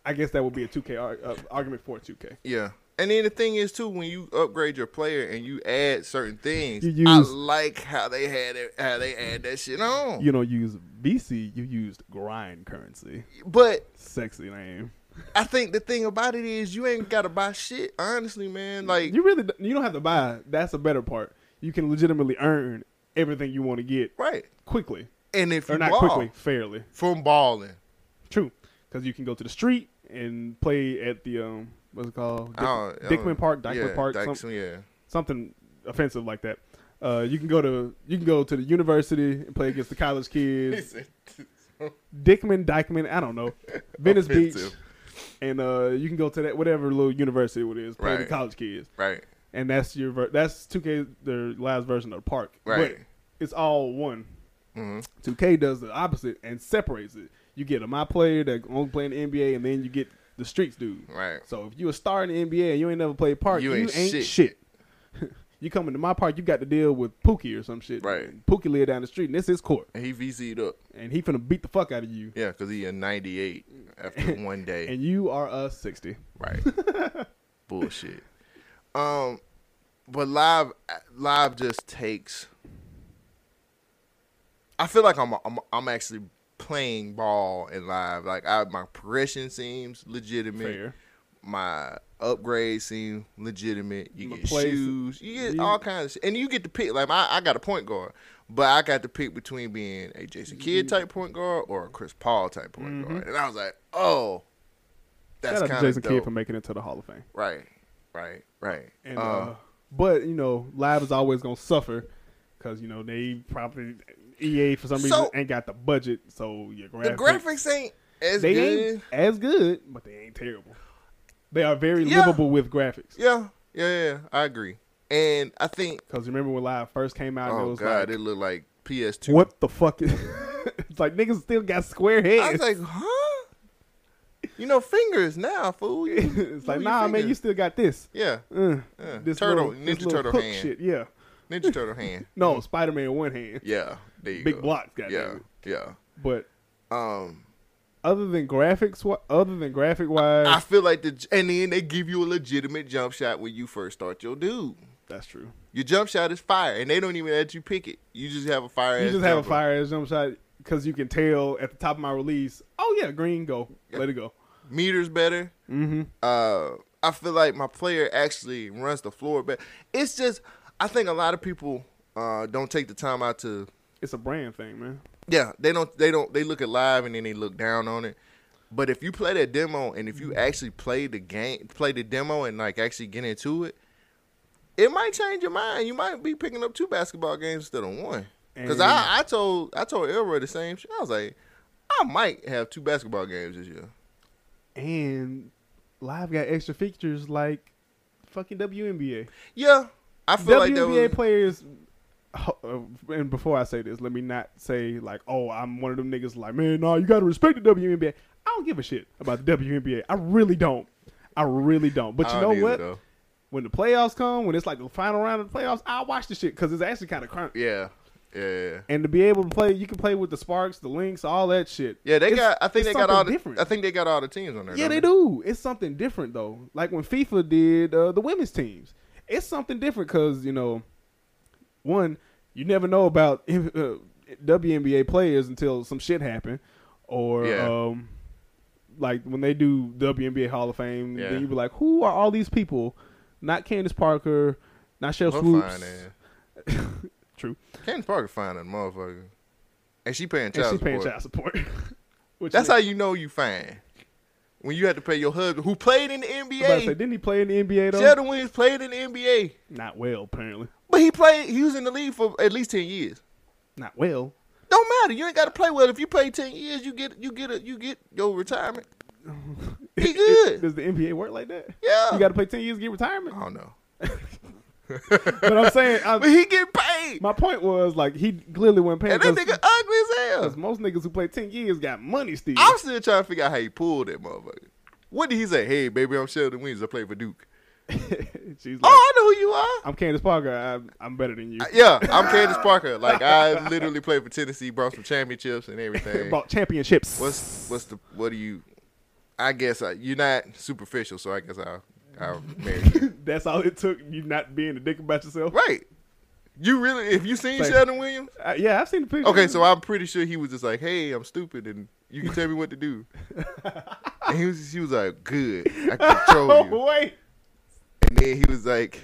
Speaker 2: I guess that would be a two K ar- uh, argument for two K.
Speaker 3: Yeah. And then the thing is too, when you upgrade your player and you add certain things,
Speaker 2: You
Speaker 3: I
Speaker 2: use-
Speaker 3: like how they had it, how they add that shit on.
Speaker 2: You don't use VC, you used grind currency.
Speaker 3: But
Speaker 2: Sexy name.
Speaker 3: I think the thing about it is you ain't gotta buy shit. Honestly, man, like
Speaker 2: You really d- you don't have to buy. That's a better part. You can legitimately earn everything you want to get
Speaker 3: right.
Speaker 2: quickly,
Speaker 3: And if
Speaker 2: or
Speaker 3: you
Speaker 2: not
Speaker 3: ball
Speaker 2: quickly, fairly.
Speaker 3: from balling,
Speaker 2: True, because you can go to the street and play at the um, what's it called? Dick-
Speaker 3: Oh, oh,
Speaker 2: Dickman Park, Dykeman
Speaker 3: yeah,
Speaker 2: Park, some-
Speaker 3: Dykeman, yeah.
Speaker 2: something offensive like that. Uh, you can go to you can go to the university and play against the college
Speaker 3: [LAUGHS]
Speaker 2: kids, Dickman, Dyckman, I don't know, Venice Beach,
Speaker 3: Offensive.
Speaker 2: and uh, you can go to that whatever little university it is, play the
Speaker 3: Right.
Speaker 2: college kids,
Speaker 3: right.
Speaker 2: and that's your ver- that's two K their last version of the park,
Speaker 3: Right.
Speaker 2: But it's all one.
Speaker 3: Mm-hmm.
Speaker 2: 2K does the opposite and separates it. You get a my player that only playing the NBA, and then you get the streets dude.
Speaker 3: Right.
Speaker 2: So if you a star in the NBA and you ain't never played park, you, ain't, shit. [LAUGHS] you come into my park, you got to deal with Pookie or some shit.
Speaker 3: Right.
Speaker 2: Pookie live down the street, and this is court,
Speaker 3: And he VC'd up.
Speaker 2: and he finna beat the fuck out of you,
Speaker 3: Yeah, because he a 98 after one day.
Speaker 2: and you are a sixty.
Speaker 3: right. [LAUGHS] bullshit. Um, but live, live just takes. I feel like I'm I'm, I'm actually playing ball in live. Like I, my progression seems legitimate.
Speaker 2: Fair.
Speaker 3: My upgrade seems legitimate. You
Speaker 2: My
Speaker 3: get
Speaker 2: plays-
Speaker 3: shoes. You get
Speaker 2: Yeah.
Speaker 3: all kinds of shit. And you get to pick. Like my, I got a point guard, but I got to pick between being a Jason Kidd type point guard or a Chris Paul type point guard. And I was like, oh, that's
Speaker 2: Mm-hmm. Shout out
Speaker 3: kind
Speaker 2: to
Speaker 3: of
Speaker 2: Jason
Speaker 3: dope.
Speaker 2: Kidd for making it to the Hall of Fame.
Speaker 3: Right, right, right.
Speaker 2: And,
Speaker 3: uh,
Speaker 2: uh, but you know, live is always gonna suffer because you know they probably EA for some reason
Speaker 3: So-
Speaker 2: ain't got the budget, so your graphics,
Speaker 3: the graphics ain't as
Speaker 2: they
Speaker 3: good.
Speaker 2: ain't as good, but they ain't terrible. They are very
Speaker 3: Yeah.
Speaker 2: livable with graphics.
Speaker 3: Yeah, yeah, yeah, yeah. I agree. And I think,
Speaker 2: Because remember when live first came out, and it
Speaker 3: oh
Speaker 2: was like,
Speaker 3: god, it looked like PS2.
Speaker 2: what the fuck? [LAUGHS] Is- it's like niggas still got square
Speaker 3: I
Speaker 2: heads.
Speaker 3: was like, huh? You know, fingers now, fool.
Speaker 2: [LAUGHS]
Speaker 3: You-
Speaker 2: [LAUGHS] it's like
Speaker 3: you
Speaker 2: nah, man,
Speaker 3: fingers.
Speaker 2: you still got this.
Speaker 3: Yeah,
Speaker 2: Uh,
Speaker 3: Yeah.
Speaker 2: This
Speaker 3: Turtle-
Speaker 2: little, this
Speaker 3: Ninja
Speaker 2: little
Speaker 3: Turtle
Speaker 2: hook
Speaker 3: hand.
Speaker 2: shit. Yeah,
Speaker 3: Ninja Turtle hand.
Speaker 2: no, Spider Man one hand,
Speaker 3: Yeah, there you
Speaker 2: big
Speaker 3: go.
Speaker 2: blocks, goddamn it.
Speaker 3: Yeah, yeah.
Speaker 2: but
Speaker 3: Um,
Speaker 2: other than graphics, wa- other than graphic wise,
Speaker 3: I feel like the and then they give you a legitimate jump shot when you first start your dude.
Speaker 2: that's true.
Speaker 3: Your jump shot is fire, and they don't even let you pick it. You just have a fire.
Speaker 2: You
Speaker 3: ass
Speaker 2: just have a
Speaker 3: jumper.
Speaker 2: fire ass jump shot because you can tell at the top of my release. Oh yeah, green go, let it go.
Speaker 3: meters better. Mm-hmm. Uh, I feel like my player actually runs the floor better. It's just, I think a lot of people uh, don't take the time out to.
Speaker 2: It's a brand thing, man.
Speaker 3: Yeah, they don't. They don't. They look at live and then they look down on it. But if you play that demo and if you
Speaker 2: Mm-hmm.
Speaker 3: actually play the game, play the demo and like actually get into it, it might change your mind. You might be picking up two basketball games instead of one. Because I, I told I told Elroy the same shit. I was like, I might have two basketball games this year.
Speaker 2: And live got extra features like fucking WNBA.
Speaker 3: Yeah, I feel like that
Speaker 2: WNBA
Speaker 3: was
Speaker 2: players. oh, uh, And before I say this, let me not say like, "Oh, I'm one of them niggas." Like, man, no, you gotta respect the WNBA. I don't give a shit about the WNBA. I really don't. I really don't. But
Speaker 3: I
Speaker 2: you know
Speaker 3: don't either,
Speaker 2: what?
Speaker 3: though.
Speaker 2: When the playoffs come, when it's like the final round of the playoffs, I watch the shit because it's actually kind of crunk.
Speaker 3: Yeah, yeah,
Speaker 2: and to be able to play, you can play with the Sparks, the Lynx, all that shit.
Speaker 3: yeah. They
Speaker 2: It's-
Speaker 3: got. I think
Speaker 2: it's
Speaker 3: they got all
Speaker 2: something
Speaker 3: the.
Speaker 2: different.
Speaker 3: I think they got all the teams on there.
Speaker 2: yeah,
Speaker 3: don't
Speaker 2: they do. It's something different though. Like when FIFA did uh, the women's teams, it's something different because you know, one, you never know about [LAUGHS] uh, WNBA players until some shit happen, or
Speaker 3: Yeah.
Speaker 2: um, like when they do WNBA Hall of Fame,
Speaker 3: Yeah.
Speaker 2: then you be like, who are all these people? Not Candace Parker, not Shell
Speaker 3: Her
Speaker 2: Swoops.
Speaker 3: fine ass.
Speaker 2: True,
Speaker 3: Candace Parker fine that motherfucker, and she paying
Speaker 2: and
Speaker 3: child
Speaker 2: she's paying
Speaker 3: support.
Speaker 2: child support. [LAUGHS] Which
Speaker 3: That's
Speaker 2: is-
Speaker 3: how you know you fine. When you had to pay your husband, who played in the
Speaker 2: I was about to say,
Speaker 3: NBA,
Speaker 2: didn't he play in the NBA though?
Speaker 3: Sheldon Williams played in the NBA,
Speaker 2: Not well, apparently.
Speaker 3: but he played. He was in the league for at least ten years.
Speaker 2: Not well.
Speaker 3: Don't matter. You ain't got to play well. If you play ten years, you get you get a you get your retirement.
Speaker 2: [LAUGHS]
Speaker 3: He good.
Speaker 2: Does the NBA work like that?
Speaker 3: Yeah.
Speaker 2: You got to play ten years to get retirement.
Speaker 3: I don't know,
Speaker 2: But I'm saying,
Speaker 3: [LAUGHS] but
Speaker 2: I,
Speaker 3: he get paid,
Speaker 2: my point was like he clearly wasn't paying
Speaker 3: and that
Speaker 2: because
Speaker 3: nigga ugly as hell.
Speaker 2: most niggas who play ten years got money still.
Speaker 3: I'm still trying to figure out how he pulled that motherfucker. What did he say? Hey, baby, I'm Sheldon Williams. I play for Duke.
Speaker 2: [LAUGHS] She's like,
Speaker 3: Oh, Uh, I know who you are.
Speaker 2: I'm Candace Parker. I'm, I'm better than you.
Speaker 3: Yeah, I'm Candace Parker. Like I literally played for Tennessee, brought some championships and
Speaker 2: [LAUGHS]
Speaker 3: everything.
Speaker 2: Bought championships.
Speaker 3: What's what's the what do you? I guess I, you're not superficial, so I guess I'll I'll marry you.
Speaker 2: [LAUGHS] That's all it took. You not being a dick about yourself.
Speaker 3: right. You really? If you seen
Speaker 2: Thank-
Speaker 3: Sheldon Williams,
Speaker 2: Uh, yeah, I've seen the picture.
Speaker 3: okay. So I'm pretty sure he was just like, "Hey, I'm stupid, and you can tell me what to do." and he was he was like, "Good, I
Speaker 2: [LAUGHS] Oh
Speaker 3: control you."
Speaker 2: [LAUGHS] wait,
Speaker 3: And then he was like.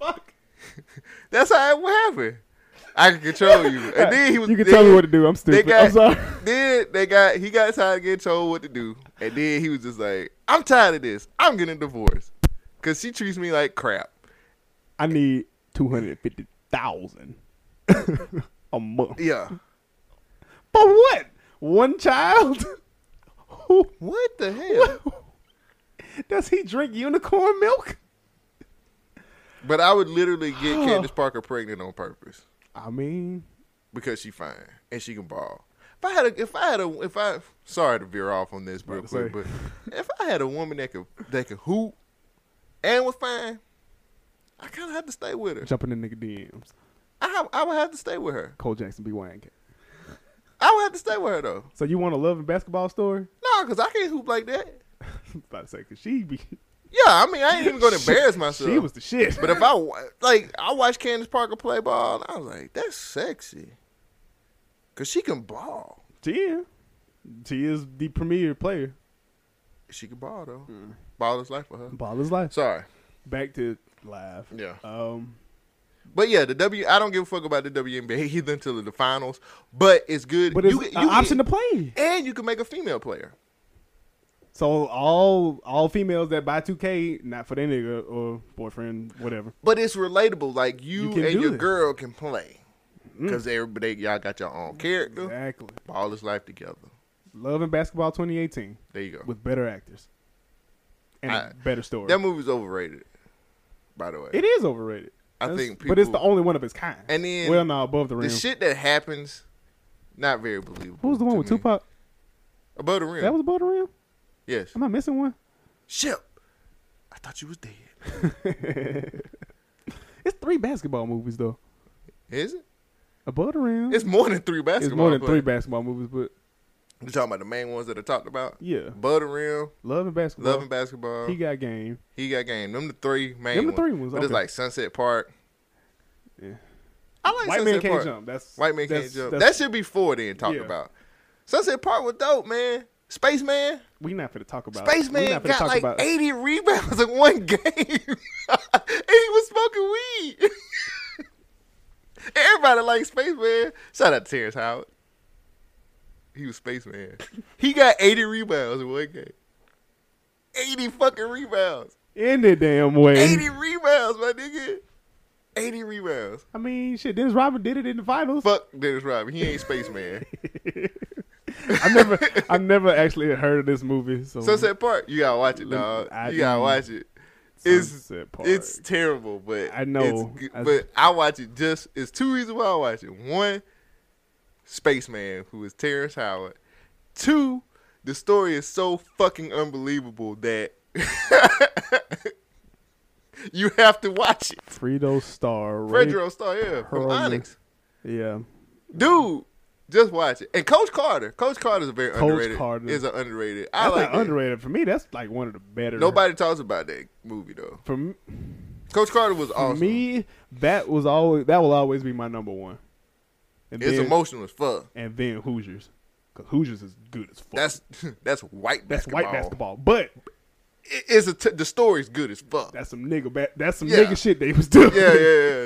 Speaker 2: fuck.
Speaker 3: That's how it would happen. I can control you. And then he was.
Speaker 2: you can
Speaker 3: then-
Speaker 2: tell me what to do. I'm
Speaker 3: They
Speaker 2: stupid.
Speaker 3: got.
Speaker 2: I'm sorry. [LAUGHS]
Speaker 3: [LAUGHS] Then they got. He got tired of getting told what to do, and then he was just like, "I'm tired of this. I'm getting divorced, cause she treats me like crap."
Speaker 2: I need two hundred fifty thousand [LAUGHS] a month.
Speaker 3: Yeah.
Speaker 2: But what? One child? [LAUGHS] Who?
Speaker 3: What the hell?
Speaker 2: Does he drink unicorn milk?
Speaker 3: But I would literally get
Speaker 2: [SIGHS]
Speaker 3: Candace Parker pregnant on purpose
Speaker 2: I mean,
Speaker 3: because she fine and she can ball. If I had a, if I had a, if I, sorry to veer off on this real
Speaker 2: About to
Speaker 3: quick, but if I had a woman that could that could hoop and was fine, I kind of have to stay with her.
Speaker 2: jumping in nigga DMs.
Speaker 3: I, have- I would have to stay with her.
Speaker 2: Cole Jackson be wanking.
Speaker 3: I would have to stay with her though.
Speaker 2: So you want a love and basketball story? [LAUGHS]
Speaker 3: No, cause I can't hoop like that.
Speaker 2: about to say, cause she be
Speaker 3: Yeah, I mean, I ain't even gonna embarrass
Speaker 2: [LAUGHS]
Speaker 3: myself.
Speaker 2: She was the shit. [LAUGHS]
Speaker 3: But if I wa- like, I watched Candace Parker play ball, and I was like, that's sexy, cause she can ball.
Speaker 2: Tia, Tia is the premier player.
Speaker 3: She can ball though. Ball is life for her.
Speaker 2: Ball is life.
Speaker 3: Sorry.
Speaker 2: Back to live.
Speaker 3: Yeah.
Speaker 2: Um,
Speaker 3: But yeah, the W. I don't give a [LAUGHS] fuck about the WNBA either until the finals. But it's good.
Speaker 2: but it's
Speaker 3: get-
Speaker 2: an option
Speaker 3: get-
Speaker 2: to play.
Speaker 3: and you can make a female player.
Speaker 2: So all all females that buy 2K, not for their nigga or boyfriend, whatever.
Speaker 3: But it's relatable. Like you,
Speaker 2: You can
Speaker 3: and
Speaker 2: do
Speaker 3: your
Speaker 2: it. Mm.
Speaker 3: girl can play because everybody y'all got your own character.
Speaker 2: Exactly.
Speaker 3: All this life together.
Speaker 2: Love and Basketball 2018
Speaker 3: There you go.
Speaker 2: with better actors and a
Speaker 3: I-
Speaker 2: better story.
Speaker 3: that movie's overrated. By the way,
Speaker 2: it is overrated.
Speaker 3: I
Speaker 2: That's-
Speaker 3: think
Speaker 2: but it's the
Speaker 3: people-
Speaker 2: only one of its kind.
Speaker 3: And then
Speaker 2: well, no, above the
Speaker 3: the
Speaker 2: rim.
Speaker 3: shit that happens, not very believable.
Speaker 2: Who was the one
Speaker 3: to
Speaker 2: with
Speaker 3: me.
Speaker 2: Tupac?
Speaker 3: Above the rim.
Speaker 2: That was above the rim.
Speaker 3: yes.
Speaker 2: Am I missing one? [LAUGHS]
Speaker 3: Ship. I thought you was dead.
Speaker 2: It's three basketball movies though.
Speaker 3: Is it?
Speaker 2: Above the rim.
Speaker 3: It's more than three
Speaker 2: It's
Speaker 3: basketball.
Speaker 2: more than three
Speaker 3: players.
Speaker 2: basketball movies, but
Speaker 3: You talking about the main ones that I talked about?
Speaker 2: yeah,
Speaker 3: Butter Rim,
Speaker 2: Love and Basketball.
Speaker 3: Loving Basketball.
Speaker 2: He
Speaker 3: He got,
Speaker 2: got game.
Speaker 3: game. Them the three main.
Speaker 2: Them the
Speaker 3: ones.
Speaker 2: three ones,
Speaker 3: But it's
Speaker 2: okay.
Speaker 3: like Sunset Park.
Speaker 2: Yeah.
Speaker 3: I like
Speaker 2: White
Speaker 3: Sunset
Speaker 2: man can't
Speaker 3: Park.
Speaker 2: jump. That's
Speaker 3: White man
Speaker 2: that's-
Speaker 3: can't jump.
Speaker 2: that's-
Speaker 3: That should be four then. Talk
Speaker 2: Yeah.
Speaker 3: about Sunset Park was dope, man. Spaceman,
Speaker 2: we not finna talk about. we
Speaker 3: Spaceman
Speaker 2: not finna
Speaker 3: got
Speaker 2: talk
Speaker 3: like
Speaker 2: about,
Speaker 3: eighty rebounds in one game, [LAUGHS] and he was smoking weed. [LAUGHS] Everybody likes Spaceman. Shout out to Terrence Howard. He was
Speaker 2: [LAUGHS]
Speaker 3: Spaceman. He got eighty rebounds in one game. Eighty fucking rebounds.
Speaker 2: in the damn way.
Speaker 3: 80 rebounds, my nigga. 80 rebounds.
Speaker 2: I mean, shit. Dennis Robert did it in the finals.
Speaker 3: Fuck Dennis Rodman. He ain't Spaceman.
Speaker 2: [LAUGHS] I never, I never actually heard of this movie. So
Speaker 3: Sunset Park, you gotta watch it,
Speaker 2: Let me-
Speaker 3: dog.
Speaker 2: I
Speaker 3: you gotta
Speaker 2: do.
Speaker 3: watch it. It's
Speaker 2: Sunset Park.
Speaker 3: it's terrible, but
Speaker 2: I know.
Speaker 3: It's, good,
Speaker 2: I-
Speaker 3: but I watch it just. It's two reasons why I watch it. One, Spaceman, who is Terrence Howard. Two, the story is so fucking unbelievable that [LAUGHS] you have to watch it.
Speaker 2: Fredo Star.
Speaker 3: Fredro Star, yeah, from
Speaker 2: Perlman.
Speaker 3: Onyx.
Speaker 2: Yeah.
Speaker 3: dude. Just watch it. And Coach Carter. Coach Carter's a very
Speaker 2: Coach
Speaker 3: underrated.
Speaker 2: Carter.
Speaker 3: Is an underrated. I
Speaker 2: That's
Speaker 3: like
Speaker 2: not
Speaker 3: that.
Speaker 2: underrated for me. That's like one of the better.
Speaker 3: Nobody talks about that movie though.
Speaker 2: for m-
Speaker 3: Coach Carter was
Speaker 2: for
Speaker 3: awesome.
Speaker 2: me. That was always that will always be my number one. And
Speaker 3: it's
Speaker 2: then,
Speaker 3: emotional as fuck.
Speaker 2: and then Hoosiers, because Hoosiers is good as fuck.
Speaker 3: That's [LAUGHS] that's white
Speaker 2: That's
Speaker 3: basketball.
Speaker 2: white basketball, but
Speaker 3: It- it's a t- the story's good as fuck.
Speaker 2: that's some nigga. Ba- that's some
Speaker 3: Yeah.
Speaker 2: nigga shit they was doing.
Speaker 3: yeah, yeah, yeah,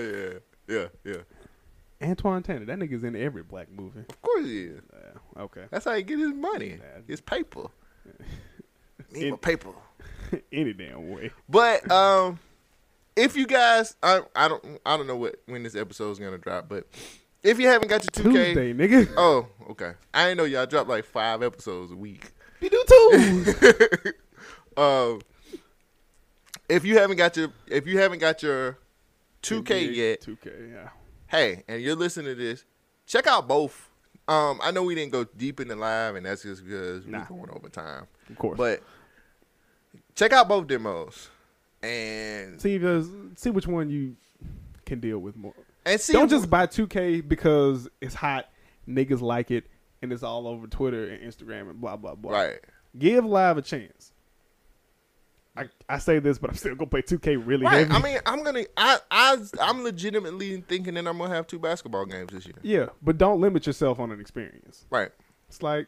Speaker 3: yeah, yeah, yeah.
Speaker 2: [LAUGHS] Antoine Tanner, that nigga's in every black movie.
Speaker 3: Of course he is.
Speaker 2: Yeah, okay. [LAUGHS]
Speaker 3: That's how he get his money.
Speaker 2: Yeah. [LAUGHS]
Speaker 3: His paper. Need
Speaker 2: It-
Speaker 3: my paper.
Speaker 2: Any damn way.
Speaker 3: But um, if you guys, I, I don't I don't know what when this episode is gonna drop, but if you haven't got your two K,
Speaker 2: Tuesday, nigga.
Speaker 3: [LAUGHS] Oh, okay. I ain't know y'all drop like five episodes a week.
Speaker 2: You do [LAUGHS] too.
Speaker 3: Um, if you haven't got your if you haven't got your 2K yet,
Speaker 2: 2K, yeah.
Speaker 3: hey, and you're listening to this, check out both. Um, I know we didn't go deep in the live, and that's just because
Speaker 2: Nah.
Speaker 3: we're going over time.
Speaker 2: Of course.
Speaker 3: But check out both demos, and
Speaker 2: see if there's, see which one you can deal with more.
Speaker 3: and see.
Speaker 2: Don't just buy 2K because it's hot, niggas like it, and it's all over Twitter and Instagram and blah blah blah.
Speaker 3: right.
Speaker 2: Give live a chance. I I say this, but I'm still gonna play 2K really
Speaker 3: Right.
Speaker 2: heavy.
Speaker 3: I mean, I'm gonna. I I I'm legitimately thinking that I'm gonna have two basketball games this year.
Speaker 2: [LAUGHS] yeah, but don't limit yourself on an experience.
Speaker 3: Right.
Speaker 2: It's like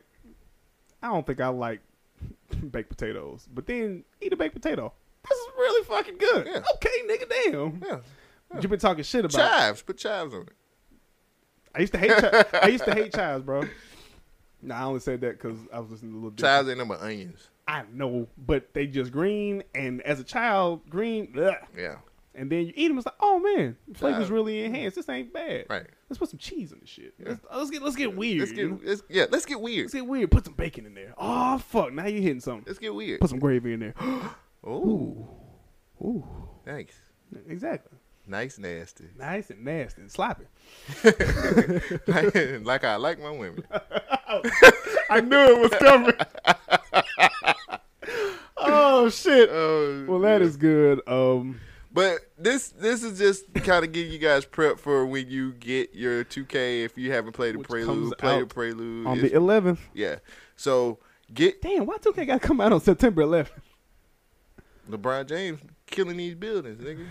Speaker 2: I don't think I like [LAUGHS] baked potatoes, but then eat a baked potato. This is really fucking good.
Speaker 3: Yeah.
Speaker 2: Okay, nigga, damn.
Speaker 3: Yeah.
Speaker 2: You've been talking shit about.
Speaker 3: Chives. Put chives on it.
Speaker 2: I used to hate. Chi- I used to hate chives, bro. Nah, I only said that because I was listening to little. Different.
Speaker 3: Chives ain't number onions.
Speaker 2: I know, but they just green, and as a child, green. Bleh.
Speaker 3: Yeah.
Speaker 2: And then you eat them, it's like, oh man, flavor's
Speaker 3: Chives.
Speaker 2: really enhanced. This ain't bad.
Speaker 3: Right.
Speaker 2: Let's put some cheese in this shit. Let's, uh, let's get let's get weird.
Speaker 3: Let's
Speaker 2: you know?
Speaker 3: get let's, yeah. Let's get weird.
Speaker 2: let's get weird. Put some bacon in there. Oh fuck! Now you're hitting something.
Speaker 3: Let's get weird.
Speaker 2: Put some gravy in there. [GASPS]
Speaker 3: Ooh.
Speaker 2: Ooh,
Speaker 3: Thanks.
Speaker 2: exactly.
Speaker 3: Nice nasty. [LAUGHS]
Speaker 2: Nice and nasty and sloppy.
Speaker 3: like I like my women.
Speaker 2: I knew it was coming. [LAUGHS] oh shit.
Speaker 3: Oh,
Speaker 2: Well, that is good. Um,
Speaker 3: But this this is just kind of giving you guys prep for when you get your 2K. If you haven't played the
Speaker 2: Which comes
Speaker 3: prelude, play the
Speaker 2: out
Speaker 3: prelude.
Speaker 2: on
Speaker 3: It's-
Speaker 2: the 11th.
Speaker 3: yeah. So
Speaker 2: [LAUGHS]
Speaker 3: get
Speaker 2: Damn, why 2K got to come out on September 11th?
Speaker 3: LeBron James killing these buildings, nigga.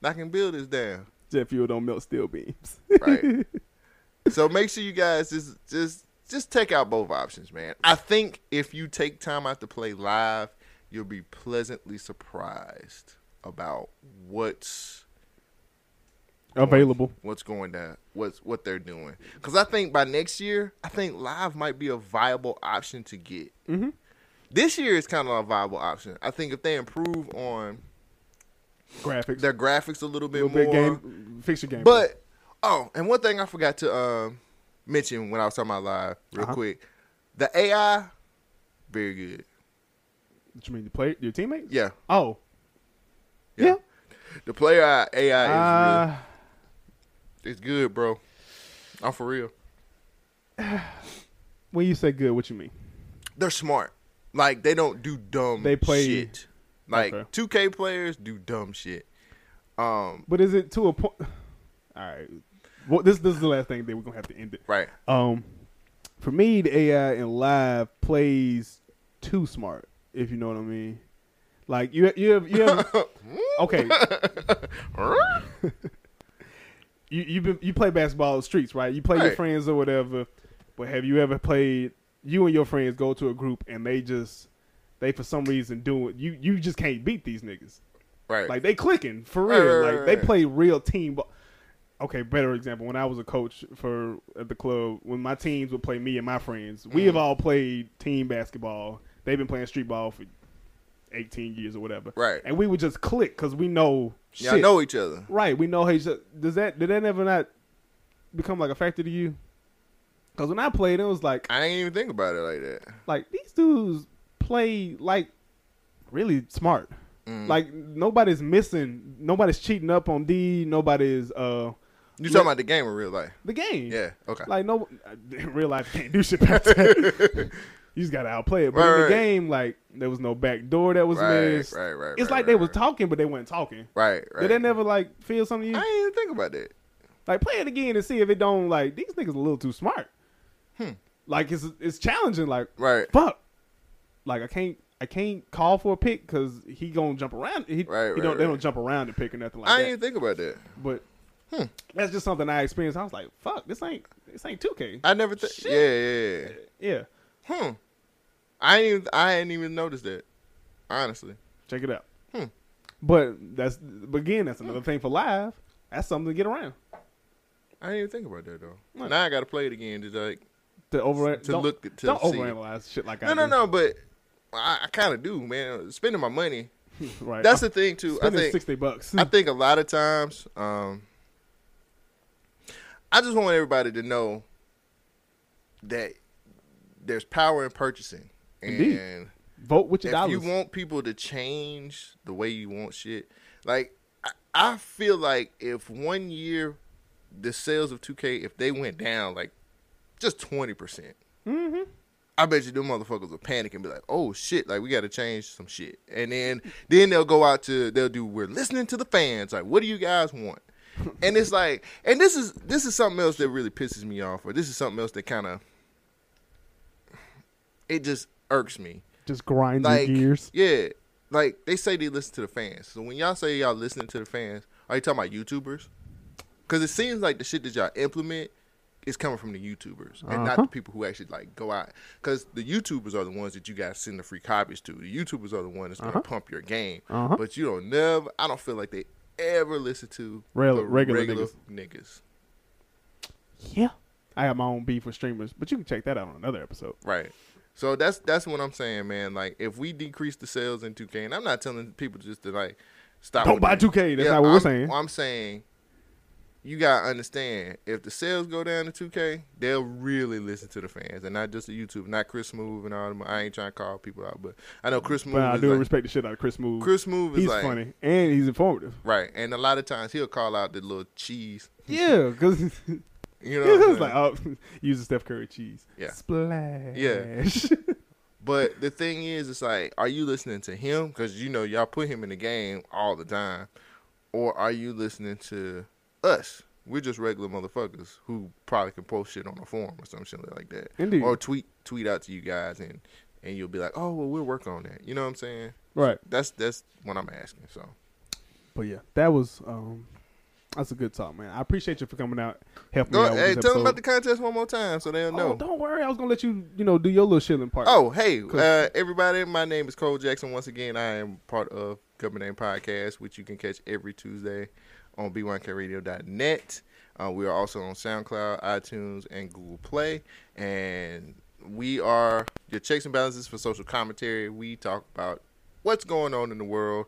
Speaker 3: Knocking buildings down.
Speaker 2: Jet fuel don't melt steel beams.
Speaker 3: Right. so make sure you guys just just just take out both options, man. I think if you take time out to play live, you'll be pleasantly surprised about what's
Speaker 2: [LAUGHS] Available.
Speaker 3: what's going down, what's what they're doing. Because I think by next year, I think live might be a viable option to get. Mm-hmm. This year is kind of a viable option. I think if they improve on
Speaker 2: Graphics.
Speaker 3: their graphics a little bit
Speaker 2: little
Speaker 3: more,
Speaker 2: bit game. Fix your game.
Speaker 3: but oh, and one thing I forgot to um, mention when I was talking about live, real
Speaker 2: Uh-huh.
Speaker 3: quick, the AI, very good.
Speaker 2: What you mean, you play your teammates?
Speaker 3: Yeah,
Speaker 2: Oh.
Speaker 3: Yeah.
Speaker 2: Yeah.
Speaker 3: the player AI is
Speaker 2: Uh,
Speaker 3: really, it's good, bro. I'm for real.
Speaker 2: when you say good, what you mean?
Speaker 3: They're smart. Like they don't do dumb.
Speaker 2: They play-
Speaker 3: shit. Like
Speaker 2: Okay.
Speaker 3: 2K players do dumb shit. Um,
Speaker 2: But is it to a point? [SIGHS] All right. Well, this this is the last thing that we're gonna have to end it.
Speaker 3: right.
Speaker 2: Um, for me, the AI in live plays too smart. If you know what I mean. Like you you have you have okay. you you been you play basketball in the streets, right? You play your
Speaker 3: Right.
Speaker 2: friends or whatever. But have you ever played? You and your friends go to a group and they just they for some reason do it. You you just can't beat these niggas.
Speaker 3: Right.
Speaker 2: Like they clicking for
Speaker 3: Right,
Speaker 2: real.
Speaker 3: right,
Speaker 2: like
Speaker 3: right,
Speaker 2: they
Speaker 3: right.
Speaker 2: play real team. But okay, better example. When I was a coach for at the club, when my teams would play me and my friends, we
Speaker 3: Mm.
Speaker 2: have all played team basketball. They've been playing street ball for eighteen years or whatever.
Speaker 3: Right.
Speaker 2: And we would just click because we know
Speaker 3: Y'all
Speaker 2: shit.
Speaker 3: know each other.
Speaker 2: Right. We know. Hey, so does that did that ever not become like a factor to you? Because when I played, it was like
Speaker 3: I didn't even think about it like that.
Speaker 2: like these dudes play like really smart.
Speaker 3: Mm.
Speaker 2: Like nobody's missing, nobody's cheating up on D, nobody's uh
Speaker 3: You talking about the game in real life?
Speaker 2: the game.
Speaker 3: Yeah. Okay.
Speaker 2: Like no [LAUGHS] in real life you can't do shit about
Speaker 3: [LAUGHS]
Speaker 2: that. you just gotta outplay it. But in
Speaker 3: Right,
Speaker 2: the
Speaker 3: right.
Speaker 2: game, like there was no back door that was
Speaker 3: Right,
Speaker 2: missed.
Speaker 3: right, right,
Speaker 2: It's
Speaker 3: right,
Speaker 2: like they
Speaker 3: right,
Speaker 2: was
Speaker 3: right.
Speaker 2: talking but they weren't talking.
Speaker 3: right. Right.
Speaker 2: Did that never like feel something to you?
Speaker 3: I didn't even think about that.
Speaker 2: Like play it again and see if it don't like these niggas a little too smart. Like it's it's challenging. Like
Speaker 3: Hmm. Right.
Speaker 2: fuck. Like I can't I can't call for a pick because he gonna jump around. He,
Speaker 3: Right,
Speaker 2: he
Speaker 3: right,
Speaker 2: don't they
Speaker 3: right.
Speaker 2: don't jump around to pick or nothing like
Speaker 3: I Hmm.
Speaker 2: that.
Speaker 3: didn't even think about that.
Speaker 2: But that's just something I experienced. I was like fuck this ain't this ain't two K.
Speaker 3: I never think. Yeah, yeah, yeah.
Speaker 2: Yeah,
Speaker 3: Hmm. I ain't. Even, I ain't even noticed that. Honestly.
Speaker 2: check it out.
Speaker 3: Hmm.
Speaker 2: But that's but again that's another thing for live. That's something to get around.
Speaker 3: I didn't even think about that though. Now I gotta play it again. Just like
Speaker 2: To over
Speaker 3: To
Speaker 2: don't,
Speaker 3: look- to
Speaker 2: don't
Speaker 3: see it.
Speaker 2: overanalyze shit like
Speaker 3: no,
Speaker 2: I
Speaker 3: no,
Speaker 2: do.
Speaker 3: no. But I, I kind of do, man. Spending
Speaker 2: [LAUGHS]
Speaker 3: my money.
Speaker 2: Right.
Speaker 3: That's
Speaker 2: I'm
Speaker 3: the thing too. I
Speaker 2: spending
Speaker 3: think.
Speaker 2: sixty bucks.
Speaker 3: I think a lot of times. Um. I just want everybody to know that there's power in purchasing, and
Speaker 2: Indeed. Vote with your
Speaker 3: if
Speaker 2: dollars.
Speaker 3: you want people to change the way you want shit, like I, I feel like if one year the sales of 2K if they went down like just twenty percent, I bet you them motherfuckers will panic and be like, "Oh shit! Like we got to change some shit." And then then they'll go out to they'll do we're listening to the fans. Like, what do you guys want? And it's like, and this is this is something else that really pisses me off, or this is something else that kind of it just irks me
Speaker 2: just grind
Speaker 3: like
Speaker 2: your gears.
Speaker 3: yeah, like they say they listen to the fans. So when y'all say y'all listening to the fans, are you talking about YouTubers? Because it seems like the shit that y'all implement is coming from the YouTubers and
Speaker 2: Uh-huh.
Speaker 3: not the people who actually like go out. Because the YouTubers are the ones that you guys send the free copies to. The YouTubers are the ones that's gonna pump your game.
Speaker 2: Uh-huh.
Speaker 3: But you don't never. I don't feel like they ever listen to
Speaker 2: Rel-
Speaker 3: the
Speaker 2: regular
Speaker 3: niggas.
Speaker 2: Yeah. I have my own beef with streamers, but you can check that out on another episode.
Speaker 3: Right. So that's that's what I'm saying, man. Like if we decrease the sales in 2K, and I'm not telling people just to like stop.
Speaker 2: Don't
Speaker 3: with
Speaker 2: buy
Speaker 3: it.
Speaker 2: 2K. That's not what we're
Speaker 3: I'm-
Speaker 2: saying.
Speaker 3: I'm saying you gotta understand if the sales go down to 2K, they'll really listen to the fans and not just the YouTube, not Chris Move and all them. I ain't trying to call people out, but I know Chris Move.
Speaker 2: But I
Speaker 3: is
Speaker 2: do
Speaker 3: like-
Speaker 2: respect the shit out of Chris Move.
Speaker 3: Chris Move is
Speaker 2: he's
Speaker 3: like
Speaker 2: funny and he's informative.
Speaker 3: right, and a lot of times he'll call out the little cheese.
Speaker 2: Yeah, [LAUGHS] because it's
Speaker 3: You know, what I'm saying?
Speaker 2: like oh, [LAUGHS] use the Steph Curry cheese.
Speaker 3: Yeah.
Speaker 2: Splash.
Speaker 3: Yeah. But the thing is, it's like, are you listening to him? Because you know y'all put him in the game all the time, or are you listening to us? We're just regular motherfuckers who probably can post shit on a forum or some shit like that,
Speaker 2: Indeed.
Speaker 3: or tweet tweet out to you guys, and and you'll be like, oh well, we'll work on that. You know what I'm saying?
Speaker 2: [LAUGHS] Right.
Speaker 3: That's that's what I'm asking. So
Speaker 2: But yeah, that was um that's a good talk, man. I appreciate you for coming out, helping
Speaker 3: go
Speaker 2: me out.
Speaker 3: hey,
Speaker 2: with this
Speaker 3: tell them
Speaker 2: episode.
Speaker 3: about the contest one more time so they'll know.
Speaker 2: Oh, don't worry. I was gonna let you, you know, do your little shilling part.
Speaker 3: Oh, hey,
Speaker 2: Cool.
Speaker 3: uh, everybody. My name is Cole Jackson. Once again, I am part of Government Name Podcast, which you can catch every Tuesday on b1kradio.net. Uh, we are also on SoundCloud, iTunes, and Google Play. And we are your checks and balances for social commentary. We talk about what's going on in the world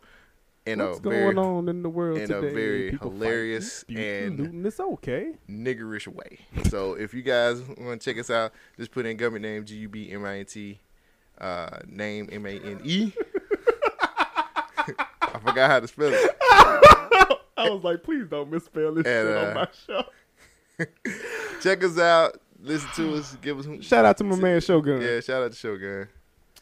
Speaker 3: in
Speaker 2: what's
Speaker 3: a
Speaker 2: going
Speaker 3: very
Speaker 2: on in the world
Speaker 3: in a
Speaker 2: today?
Speaker 3: very
Speaker 2: People fighting,
Speaker 3: hilarious
Speaker 2: abusing,
Speaker 3: and-
Speaker 2: looting. it's okay.
Speaker 3: niggerish way. So if you guys want to check us out, just put in government name G U B M I N T, uh, name M A N E. [LAUGHS] I forgot how to spell it.
Speaker 2: I was like, please don't misspell this
Speaker 3: And,
Speaker 2: shit on
Speaker 3: uh,
Speaker 2: my show.
Speaker 3: Check us out. Listen to us. Give us
Speaker 2: Shout out to my man Shogun.
Speaker 3: Yeah, shout out to Shogun.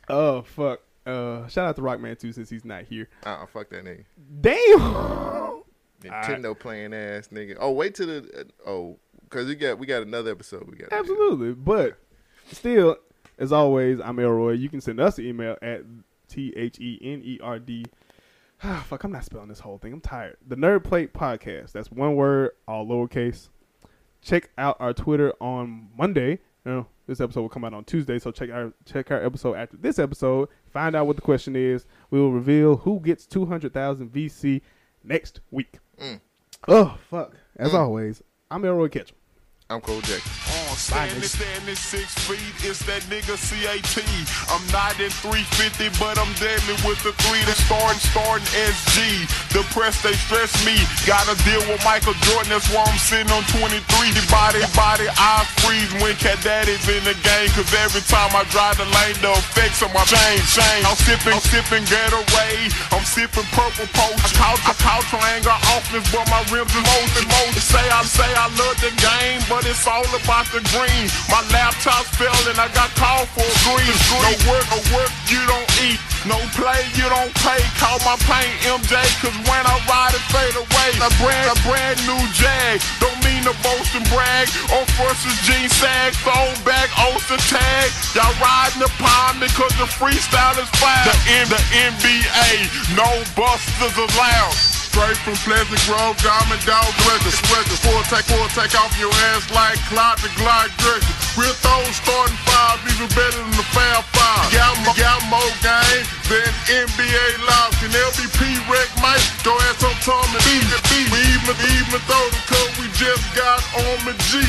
Speaker 2: Oh fuck. Uh, shout out to Rockman too, since he's not here.
Speaker 3: Uh, fuck that nigga.
Speaker 2: Damn. [LAUGHS]
Speaker 3: Nintendo playing ass nigga. Oh, wait till the uh, oh, cause we got we got another episode. We got
Speaker 2: Absolutely. But still, as always, I'm Elroy. You can send us an email at T H E N E R D. [SIGHS] Ah, Fuck, I'm not spelling this whole thing. I'm tired. The Nerd Plate Podcast. That's one word, all lowercase. Check out our Twitter on Monday. No, this episode will come out on Tuesday, so check our check our episode after this episode. Find out what the question is. We will reveal who gets two hundred thousand VC next week. Oh fuck! As always, I'm Elroy Ketchum.
Speaker 3: I'm Cole Jackson.
Speaker 1: on. Standing, standing six feet, it's that nigga CAT. I'm not in 350, but I'm deadly with the three. That's starting, starting SG. The press, they stress me. Gotta deal with Michael Jordan, that's why I'm sitting on 23. Body, body, I freeze when Cat Daddy's in the game. Cause every time I drive the lane, the effects on my chain, chain. I'm sipping, I'm sipping Gatorade. I'm sipping purple potion. I call, I call triangle offense, but my rims is most and most. Say I say I love the game, but it's all about the green. My laptop fell and I got called for a green. No work, no work, you don't eat. No play, you don't pay. Call my paint MJ, cause when I ride it fade away. A brand, a brand new Jag. Don't mean to boast and brag. On versus Gene Sag, throwback, Oster tag. Y'all riding upon me cause the freestyle is fire. The, N- the NBA, no busters allowed. Straight from Pleasant Grove, Diamond Dog Records. Records. Full take, full take off your ass like Clock the Glock Grizzly. Real throw starting five, even better than the Fab Five. Got, mo- got more game than NBA Live. Can LBP wreck Mike? Throw ass on Tom and beat the beat. We even, even though the code we just got on the G.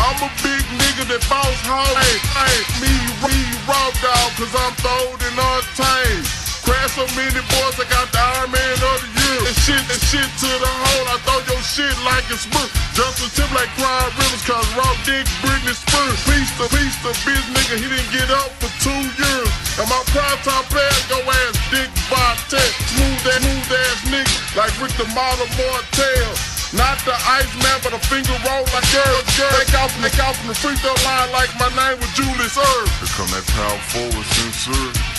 Speaker 1: I'm a big nigga that boss hard. Hey, hey, me, we raw dog, cause I'm throwed and untamed. Crash so many boys, I got the Iron Man of the year. And shit, and shit to the hole, I throw your shit like it's smooth. Justin Timberlake crying rivers, cause raw dick Britney Spears. Piece to piece to bitch nigga, he didn't get up for two years. And my prime time player, go ass dick by tech. Smooth ass, smooth ass nigga, like Rick the Model Martell. Not the ice man, but a finger roll like girl, girl. Take out, take out from the free throw line like my name was Julius Erb. Here come that power forward censor.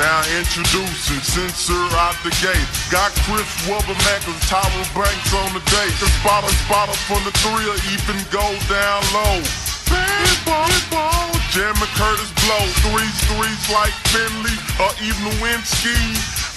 Speaker 1: Now introducing censor out the gate. Got Chris Webbermack and Tyra Banks on the date. The spotter, spotter from the three or even go down low. Bad ball, bad ball. Jeremy Curtis blow threes, threes like Finley or even Winsky.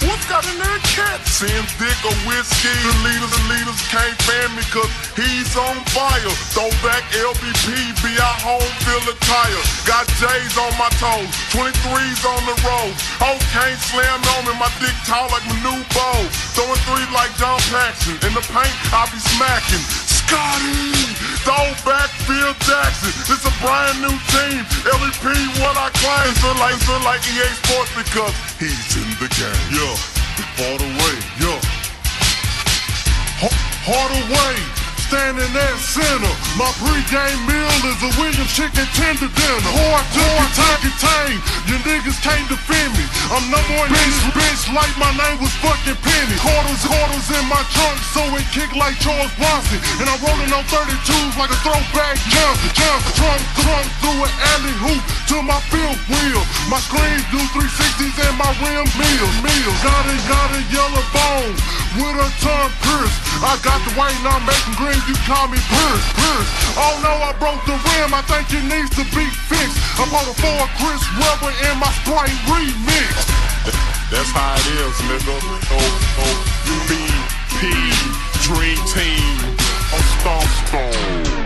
Speaker 1: What's got in that cat? Sins, dick, or whiskey? The leaders, the leaders can't fan me cause he's on fire. Throw back LBP, be our home field attire. Got J's on my toes, 23's on the road. Oh, can't slam on me, my dick tall like my new bow. Throwing three like John Paxson. In the paint, I be smacking. Scotty, throw back Phil Jackson. It's a brand new team. LEP, what I claim. So like, so like EA Sports because he's in the game. Yeah, all the way. Yeah, Ha- Hardaway. Standing at center, my pregame meal is a Williams chicken tender dinner. Hard, hard, tiger tang, you niggas can't defend me. I'm no more bitch, bitch, like my name was fucking Penny. Quarters, quarters in my trunk, so it kick like Charles Bronson. And I'm rolling on 32s like a throwback Johnson. Johnson, trunk, trunk through an alley hoop to my field wheel. My screen do 360s and my rim meal, meal. Got a, got a yellow bone with a tongue pierced. I got the white and I'm making green, you call me Pierce, Pierce. Oh no, I broke the rim, I think it needs to be fixed. I bought a four Chris Webber in my Sprite remix. That's how it is, nigga. Oh, oh, P, P, Dream Team. I'm Stone Stone.